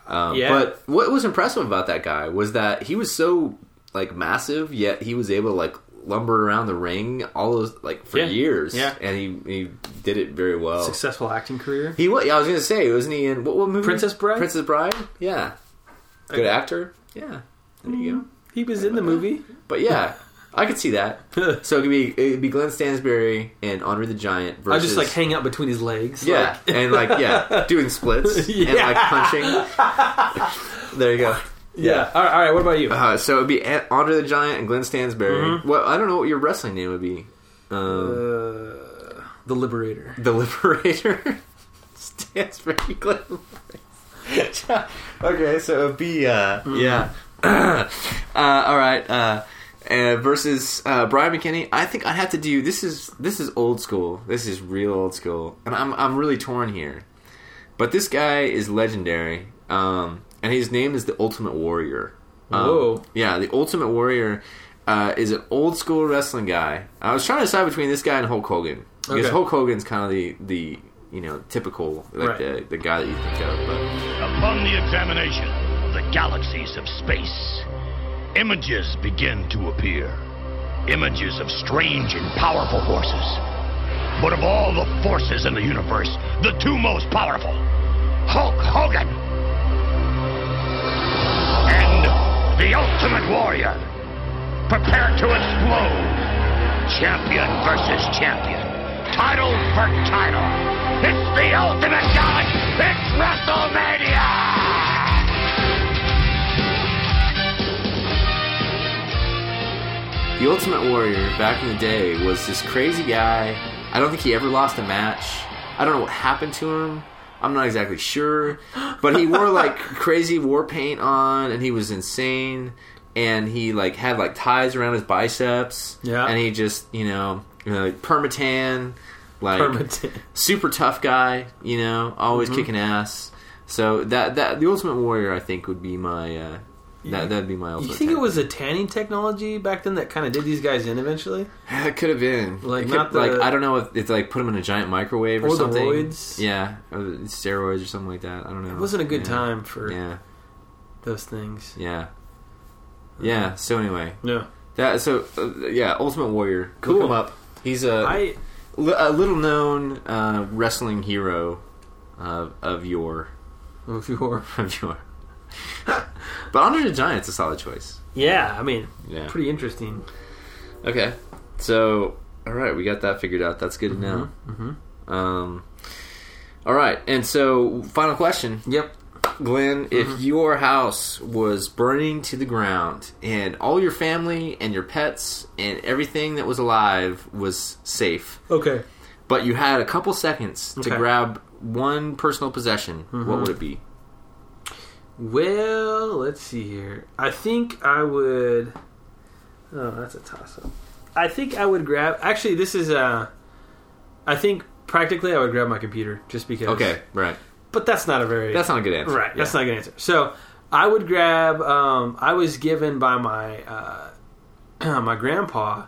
Um, Yeah. But what was impressive about that guy was that he was so like massive, yet he was able to like lumber around the ring all those like for Yeah. years. Yeah. and he he did it very well. Successful acting career. He was. I was gonna say, wasn't he in what, what movie? Princess Bride? Princess Bride. Yeah. Good actor. Yeah. There you go. He was Uh-huh. in the movie. But yeah, I could see that. So it could be it'd be Glenn Stansbury and Andre the Giant I versus just like hang out between his legs. yeah, and like yeah, doing splits and Yeah. like punching. there you go. Yeah. All right, all right. What about you? Uh, so it'd be A- Andre the Giant and Glenn Stansberry. Mm-hmm. Well, I don't know what your wrestling name would be. Um, the Liberator. the Liberator. Stansberry Glenn. Liberator. okay, so it'd be uh, yeah. uh, all right. Uh, uh, versus uh, Brian McKinney, I think I'd have to do this. Is this is old school? This is real old school, and I'm I'm really torn here. But this guy is legendary, um, and his name is the Ultimate Warrior. Um, Whoa. Yeah, the Ultimate Warrior uh, is an old school wrestling guy. I was trying to decide between this guy and Hulk Hogan because Okay. Hulk Hogan's kind of the the you know typical like Right. the, the guy that you think of. But Upon the examination of the galaxies of space, images begin to appear. Images of strange and powerful forces. But of all the forces in the universe, the two most powerful Hulk Hogan and the Ultimate Warrior. Prepare to explode. Champion versus champion. Title for title. It's the ultimate challenge. It's WrestleMania! The Ultimate Warrior back in the day was this crazy guy. I don't think he ever lost a match. I don't know what happened to him. I'm not exactly sure, but he wore like crazy war paint on, and he was insane. And he like had like ties around his biceps. Yeah. and he just you know, you know like, permatan, like Permatan. Mm-hmm. super tough guy. You know, always kicking ass. So that that the Ultimate Warrior I think would be my uh, that that'd be my You ultimate. think it tag. was a tanning technology back then that kind of did these guys in eventually? It could have been Like, It could- not the- like I don't know if it's like put them in a giant microwave or, Or the something. roids. yeah, or the steroids or something like that. I don't know. It wasn't a good Yeah. time for Yeah, those things. yeah, yeah. So anyway, No, that so uh, yeah, Ultimate Warrior. Cool. Cool. Look him up. He's a I li- a little known uh, wrestling hero uh, of your if you were. of your. but Andre the Giant's a solid choice. Yeah, I mean, Yeah. pretty interesting. Okay. So, all right, we got that figured out. That's good to know. Mm-hmm. Um, all right, and so final question, Yep. Mm-hmm. Glenn: If your house was burning to the ground and all your family and your pets and everything that was alive was safe, Okay. but you had a couple seconds to Okay. Mm-hmm. grab one personal possession, what would it be? Well, let's see here. I think I would. Oh, that's a toss up. I think I would grab. Actually, this is. Uh, I think practically I would grab my computer just because. Okay, right. But that's not a very. That's not a good answer. Right. That's Yeah. not a good answer. So I would grab. Um, I was given by my uh, my grandpa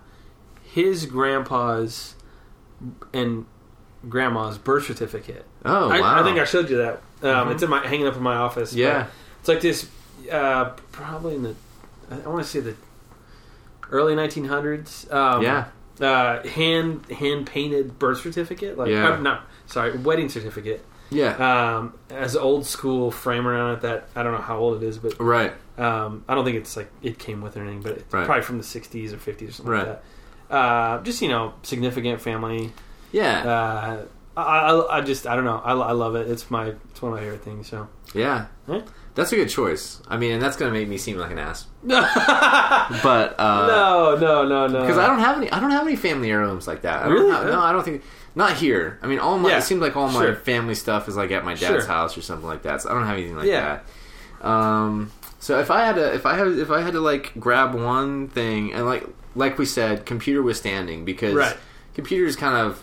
his grandpa's and grandma's birth certificate. Oh, I, wow. Mm-hmm. I think I showed you that. Um, It's in my hanging up in my office. but Yeah. It's like this, uh, probably in the I, I want to say the early 1900s. Um, Yeah. Uh, hand hand painted birth certificate, like Yeah. uh, no, sorry, wedding certificate. Yeah. Um, as old school frame around it. That I don't know how old it is, but right. um, I don't think it's like it came with it or anything, but it's Right. probably from the 60s or 50s or something Right. like that. Uh, just you know, significant family. Yeah. Uh, I, I, I just I don't know. I, I love it. It's my it's one of my favorite things. So yeah. Huh? That's a good choice. I mean, and that's going to make me seem like an ass. But uh, no, no, no, no. because I don't have any. I don't have any family heirlooms like that. I don't uh, Really? have- no, I don't think. Not here. I mean, all my. Yeah, It seems like all my sure. family stuff is like at my dad's Sure. house or something like that. So I don't have anything like Yeah. that. Um. So if I had to, if I had, if I had to like grab one thing, and like like we said, computer was standing because Right. computer is kind of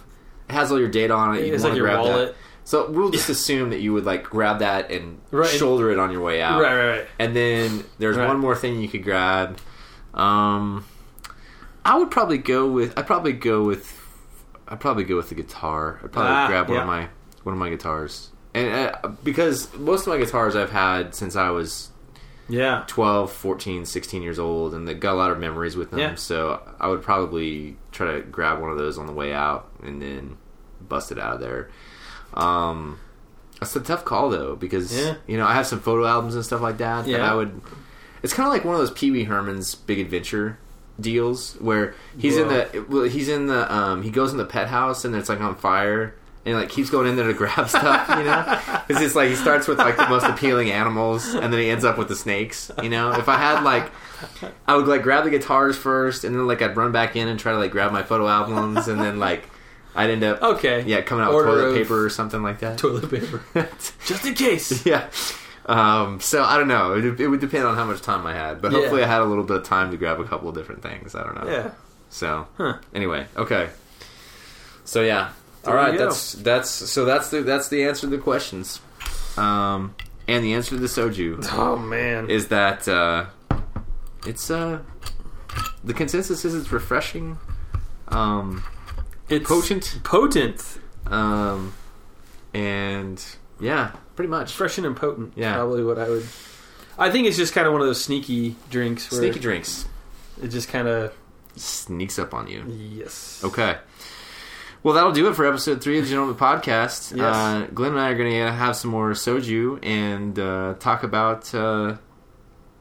it has all your data on it. You It's wanna like your grab that. wallet. So we'll just assume that you would like grab that and Right. shoulder it on your way out. Right, right, right. And then there's Right. one more thing you could grab. Um, I would probably go with. I'd probably go with. I'd probably go with the guitar. I'd probably Ah, grab one of yeah. my one of my guitars, and uh, because most of my guitars I've had since I was Yeah. 12, 14, 16 years old, and they got a lot of memories with them. Yeah. So I would probably try to grab one of those on the way out and then bust it out of there. Um, that's a tough call though, because Yeah. you know I have some photo albums and stuff like that that Yeah. I would. It's kind of like one of those Pee Wee Herman's Big Adventure deals where he's in Whoa. the well, he's in the um, he goes in the pet house and it's like on fire. And like keeps going in there to grab stuff, you know. It's just like he starts with like the most appealing animals, and then he ends up with the snakes. You know, if I had like, I would like grab the guitars first, and then like I'd run back in and try to like grab my photo albums, and then like I'd end up Okay. yeah coming out with Order toilet of- paper or something like that. Toilet paper, just in case. yeah. Um, so I don't know. It, it would depend on how much time I had, but Yeah. hopefully I had a little bit of time to grab a couple of different things. I don't know. Yeah. So Huh. anyway, okay. So yeah. All There right. you go. That's that's so that's the that's the answer to the questions. Um, and the answer to the soju Oh man. is that uh, it's uh the consensus is it's refreshing, um, It's potent, Potent. um, and yeah, pretty much Freshen and potent. Yeah. Probably what I would. I think it's just kind of one of those sneaky drinks where sneaky drinks. it just kind of sneaks up on you. yes. Okay. Well, that'll do it for episode three of the Gentleman Podcast. Yes. Uh, Glenn and I are going to have some more soju and uh, talk about uh,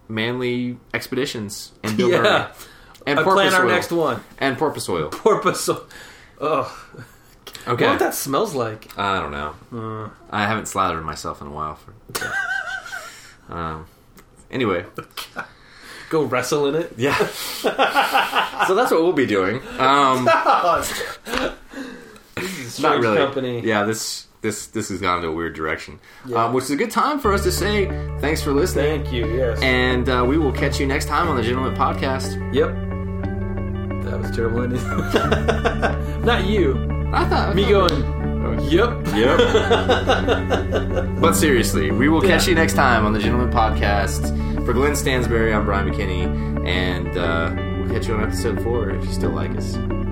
manly expeditions and Bill Murray. Yeah. and I plan our oil. next one. and porpoise oil. Porpoise. Oh, Okay, what that smells like. I don't know. Uh. I haven't slathered myself in a while. For, um, anyway, Go wrestle in it. yeah. so that's what we'll be doing. Um, not Strange really. Company. Yeah, this this this has gone to a weird direction, um, which is a good time for us to say thanks for listening, Thank you. Yes. and uh, we will catch you next time on the Gentleman Podcast. yep. That was terrible. ending. Not you. I thought Me going. Yep. Yep. but seriously, we will catch you next time on the Gentleman Podcast. For Glenn Stansberry, I'm Brian McKinney, and uh, we'll catch you on episode four if you still like us.